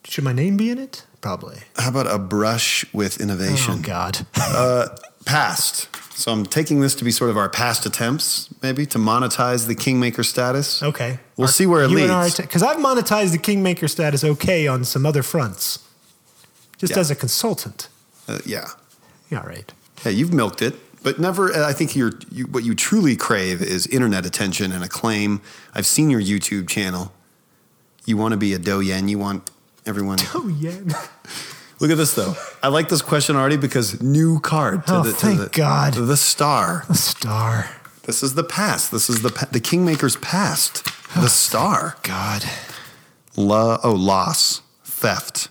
S2: Should my name be in it? Probably.
S3: How about a brush with innovation?
S2: Oh God.
S3: past. So I'm taking this to be sort of our past attempts, maybe, to monetize the kingmaker status.
S2: Okay.
S3: We'll see where it leads.
S2: Because I've monetized the kingmaker status okay on some other fronts, just
S3: Yeah.
S2: as a consultant.
S3: Uh, yeah.
S2: Yeah, right.
S3: Yeah, you've milked it, but never. uh, I think you're, you, what you truly crave is internet attention and acclaim. I've seen your YouTube channel. You want to be a doyen. You want everyone.
S2: Oh yeah.
S3: Look at this though. I like this question already because new card. To
S2: Oh,
S3: the, to
S2: thank
S3: the-
S2: God.
S3: to The star.
S2: A star.
S3: This is the past. This is the pa- the kingmaker's past. The star.
S2: God.
S3: La- oh, loss, theft,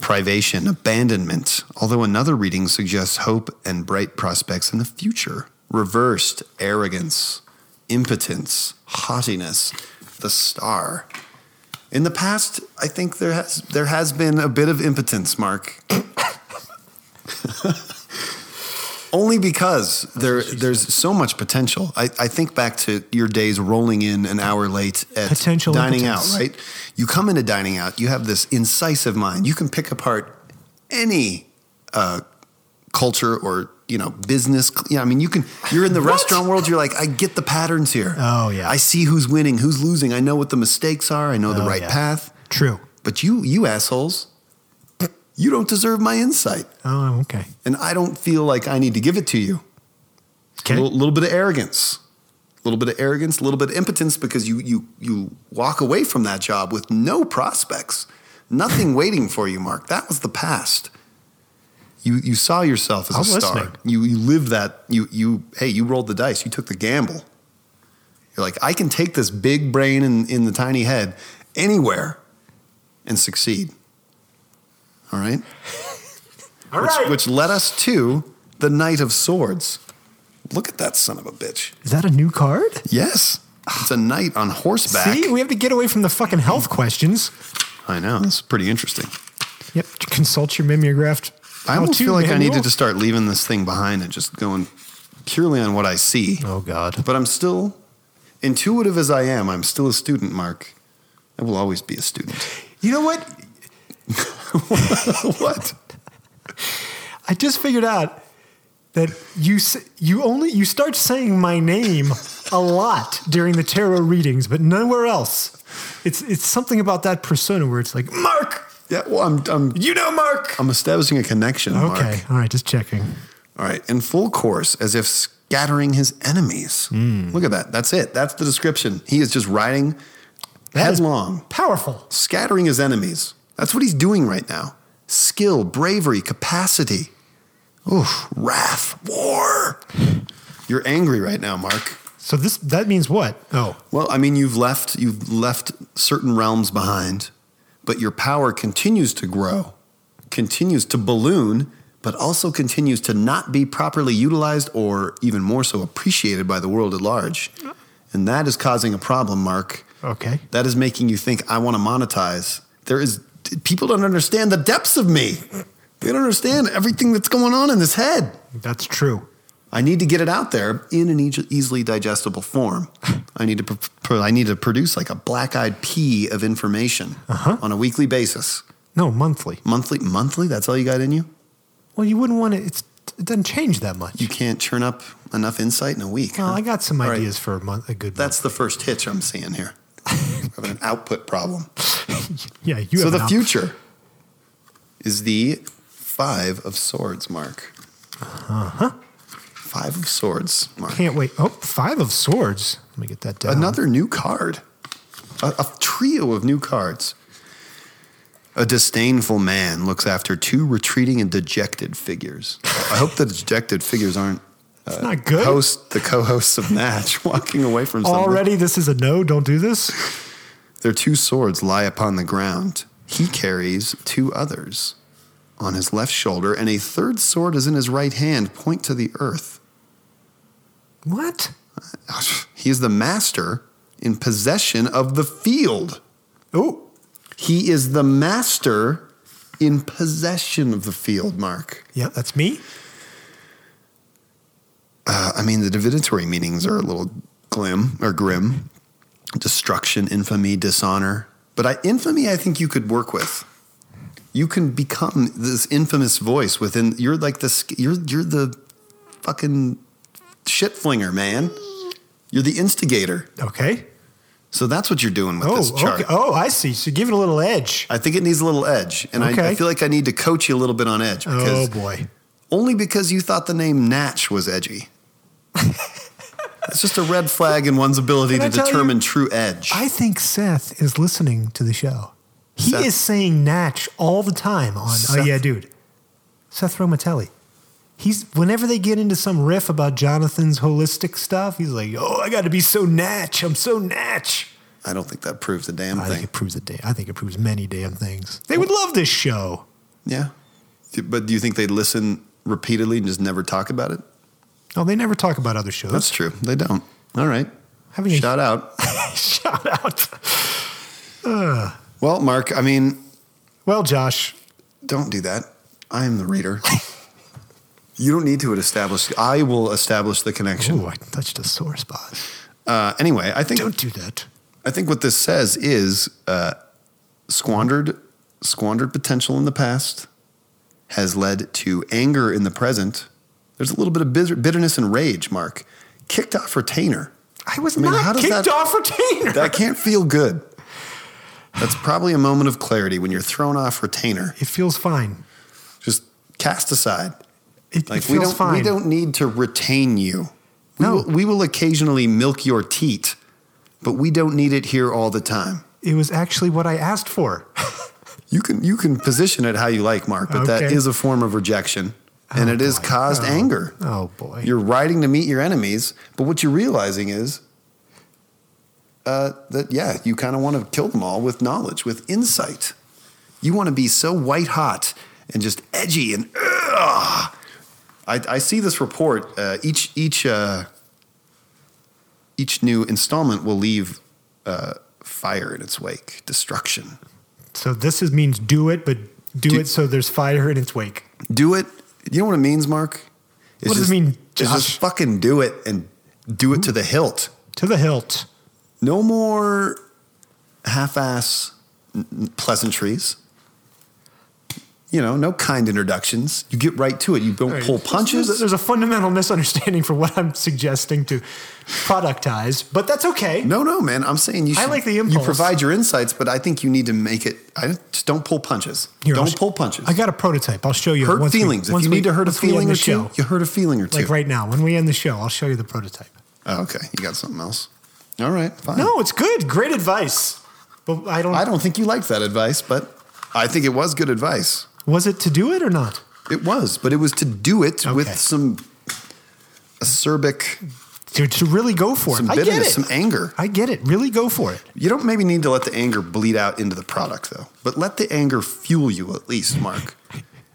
S3: privation, abandonment. Although another reading suggests hope and bright prospects in the future. Reversed, arrogance, impotence, haughtiness, the star. In the past, I think there has there has been a bit of impotence, Mark. Only because there there's so much potential. I, I think back to your days rolling in an hour late at
S2: Potential
S3: dining
S2: impotence.
S3: out, right? You come into dining out, you have this incisive mind. You can pick apart any uh, culture or you know business yeah i mean you can you're in the restaurant world you're like i get the patterns here
S2: Oh, yeah.
S3: i see who's winning who's losing i know what the mistakes are i know the
S2: Oh,
S3: right
S2: yeah.
S3: path
S2: True.
S3: but you you assholes you don't deserve my insight
S2: Oh, okay.
S3: and i don't feel like i need to give it to you
S2: Okay.
S3: a little, little bit of arrogance little bit of arrogance, a little bit of impotence because you you you walk away from that job with no prospects, nothing waiting for you, Mark. That was the past. You you saw yourself as
S2: I'm
S3: a star.
S2: listening.
S3: You you lived that. You you hey, you rolled the dice. You took the gamble. You're like, I can take this big brain in, in the tiny head anywhere and succeed. All right?
S5: All
S3: which,
S5: right.
S3: which led us to the Knight of Swords. Look at that son of a bitch.
S2: Is that a new card?
S3: Yes. It's a knight on horseback.
S2: See, we have to get away from the fucking health questions.
S3: I know. This is pretty interesting.
S2: Yep. Consult your mimeographed.
S3: I almost
S2: how-to
S3: feel like I need
S2: manual.
S3: to just start leaving this thing behind and just going purely on what I see.
S2: Oh God.
S3: But I'm still, intuitive as I am, I'm still a student, Mark. I will always be a student.
S2: You know what?
S3: what?
S2: I just figured out that you s- you only you start saying my name a lot during the tarot readings, but nowhere else. It's it's something about that persona where it's like Mark.
S3: Yeah, well, I'm, I'm,
S2: You know Mark.
S3: I'm establishing a connection, Mark.
S2: Okay. All right. Just checking.
S3: All right, in full course, as if scattering his enemies.
S2: Hmm.
S3: Look at that. That's it. That's the description. He is just riding
S2: That is
S3: headlong,
S2: Powerful.
S3: scattering his enemies. That's what he's doing right now. Skill, bravery, capacity. Oof, wrath, war. You're angry right now, Mark.
S2: So this that means what? Oh,
S3: Well, I mean, you've left you've left certain realms behind, but your power continues to grow, continues to balloon, but also continues to not be properly utilized or even more so appreciated by the world at large. And that is causing a problem, Mark.
S2: okay.
S3: That is making you think I want to monetize. There is people don't understand the depths of me. They don't understand everything that's going on in this head.
S2: That's true.
S3: I need to get it out there in an eas- easily digestible form. I need to pr- pr- I need to produce like a black-eyed pea of information on a weekly basis,
S2: No, monthly.
S3: monthly. Monthly. That's all you got in you.
S2: Well, you wouldn't want to. It's, it doesn't change that much.
S3: You can't churn up enough insight in a week.
S2: well,
S3: huh?
S2: I got some
S3: All right.
S2: ideas for a month. A good.
S3: That's the first hitch I'm seeing here. of an output problem.
S2: month. yeah. You.
S3: so
S2: have
S3: the
S2: an op-
S3: future is the five of swords, Mark. Uh huh. Five of swords, Mark.
S2: Can't wait. Oh, five of swords. Let me get that down.
S3: another new card, a, a trio of new cards. A disdainful man looks after two retreating and dejected figures. I hope the dejected figures aren't
S2: It's not good.
S3: host the co-hosts of Match walking away from something.
S2: Already, this is a no. Don't do this.
S3: Their two swords lie upon the ground. He carries two others on his left shoulder, and a third sword is in his right hand, point to the earth.
S2: What?
S3: He is the master in possession of the field.
S2: Oh,
S3: He is the master in possession of the field, Mark.
S2: yeah. That's me.
S3: Uh, I mean, the divinatory meanings are a little glim or grim destruction, infamy, dishonor. But I, infamy, I think you could work with. You can become this infamous voice within. You're like this. You're you're the fucking shit flinger, man. You're the instigator.
S2: Okay.
S3: So that's what you're doing with this
S2: Oh,
S3: chart.
S2: okay. Oh, I see. So give it a little edge.
S3: I think it needs a little edge, and I, I
S2: Okay.
S3: feel like I need to coach you a little bit on edge because
S2: Oh boy.
S3: only because you thought the name Natch was edgy. That's just a red flag in one's ability
S2: Can I
S3: to
S2: tell you-
S3: determine true edge.
S2: I think Seth is listening to the show. He
S3: Seth-
S2: is saying Natch all the time on Oh
S3: Seth-
S2: Yeah Dude. Seth Romatelli. He's whenever they get into some riff about Jonathan's holistic stuff, he's like, Oh, I gotta be so Natch. I'm so Natch.
S3: I don't think that proves a damn
S2: I think
S3: thing.
S2: it proves a day. I think it proves many damn things. They would love this show.
S3: Yeah. Do- But do you think they'd listen repeatedly and just never talk about it?
S2: Oh, they never talk about other shows.
S3: That's true. They don't. All right.
S2: Having a-
S3: Shout out.
S2: Shout out.
S3: Well, Mark, I mean,
S2: Well, Josh,
S3: don't do that. I am the reader. you don't need to establish. I will establish the connection.
S2: Ooh, I touched a sore spot.
S3: Uh, anyway, I think
S2: Don't do that.
S3: I think what this says is uh, squandered squandered potential in the past has led to anger in the present. There's a little bit of bitter, bitterness and rage, Mark. Kicked off retainer.
S2: I was
S3: I mean, how
S2: not
S3: does
S2: kicked
S3: that-
S2: off retainer.
S3: That can't feel good. That's probably a moment of clarity when you're thrown off retainer.
S2: it feels fine.
S3: Just cast aside.
S2: It, it
S3: Like we
S2: feels
S3: don't
S2: fine.
S3: we don't need to retain you. We,
S2: No.
S3: will, we will occasionally milk your teat, but we don't need it here all the time.
S2: It was actually what I asked for.
S3: You can you can position it how you like, Mark, but that
S2: Okay.
S3: is a form of rejection, and it has caused anger.
S2: Oh boy.
S3: You're riding to meet your enemies, but what you're realizing is uh, that yeah, you kind of want to kill them all with knowledge, with insight. You want to be so white hot and just edgy and ugh. I, I see this report uh, each each uh, each new installment will leave uh, fire in its wake, destruction.
S2: so this is, means do it, but do,
S3: Do-
S2: it so there's fire in its wake.
S3: do it. You know what it means, Mark? It's
S2: What does it mean,
S3: It's
S2: Josh?
S3: just fucking do it and do it to the hilt.
S2: To the hilt.
S3: No more half-ass n- n- pleasantries. You know, no kind introductions. You get right to it. You don't pull punches.
S2: There's, there's a fundamental misunderstanding for what I'm suggesting to productize, but that's okay.
S3: no, no, man. I'm saying you
S2: I
S3: should.
S2: like the
S3: You
S2: impulse.
S3: provide your insights, but I think you need to make it. I just don't pull punches.
S2: Here, I'll
S3: don't
S2: sh-
S3: pull punches.
S2: I got a prototype. I'll show you.
S3: hurt
S2: once we-
S3: feelings. if
S2: once
S3: you
S2: we-
S3: need to hurt a
S2: once we end
S3: feeling
S2: the
S3: or two, you hurt a feeling or two.
S2: Like right now, when we end the show, I'll show you the prototype.
S3: Oh, okay, you got something else. All right, fine.
S2: No, it's good. Great advice. But I don't.
S3: I don't think you liked that advice, but I think it was good advice.
S2: Was it to do it or not?
S3: It was, but it was to do it
S2: Okay.
S3: with some acerbic,
S2: To, to really go for
S3: some
S2: it. I get it.
S3: bitterness, some anger.
S2: I get it. Really go for it.
S3: You don't maybe need to let the anger bleed out into the product, though, but let the anger fuel you at least, Mark.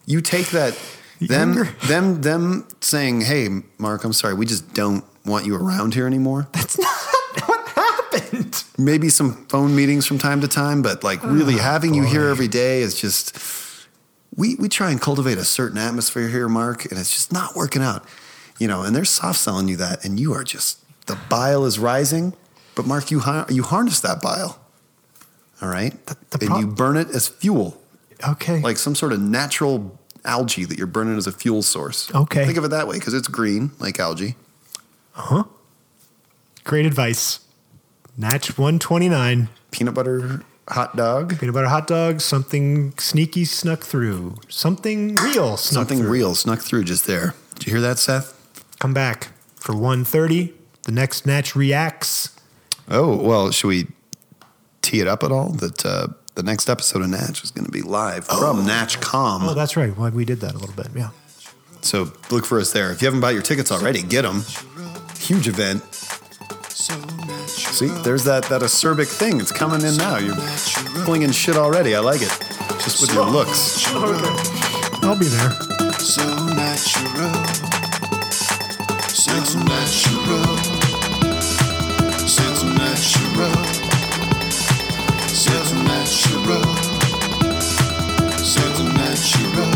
S3: you take that, them,
S2: anger-
S3: them, them saying, hey, Mark, I'm sorry, we just don't want you around here anymore.
S2: That's not what happened. Oh,
S3: maybe some phone meetings from time to time, but like really having you here
S2: boy.
S3: every day is just we we try and cultivate a certain atmosphere here, Mark, and it's just not working out. You know, and they're soft selling you that, and you are just the bile is rising, but Mark, you har- you harness that bile, all right,
S2: the
S3: and
S2: pro-
S3: you burn it as fuel,
S2: Okay.
S3: like some sort of natural algae that you're burning as a fuel source.
S2: Okay.
S3: think of it that way because it's green like algae.
S2: Great advice. Natch 129.
S3: Peanut butter hot dog,
S2: Peanut butter hot dog. Something sneaky snuck through. Something real snuck
S3: something
S2: through.
S3: real snuck through just there. Did you hear that, Seth?
S2: Come back for 130. The next Natch reacts.
S3: Oh, well, should we tee it up at all? That uh, the next episode of Natch is going to be live from NatchCom.
S2: Oh, that's right. Well, we did that a little bit. Yeah.
S3: so look for us there. If you haven't bought your tickets already, get them. Huge event.
S1: So natural.
S3: See, there's that, that acerbic thing. It's coming in now. You're
S1: natural.
S3: flinging shit already. I like it. Just with your looks.
S2: I'll be there.
S1: So natural. So natural. So natural. So natural. So natural. So natural.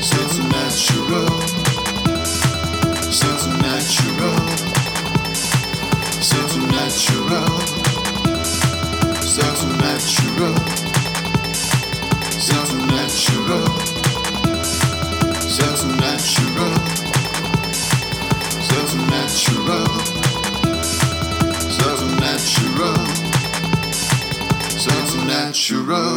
S1: So natural. So natural. So natural. So natural. Sounds natural. Sounds natural. Sounds natural. Sounds natural.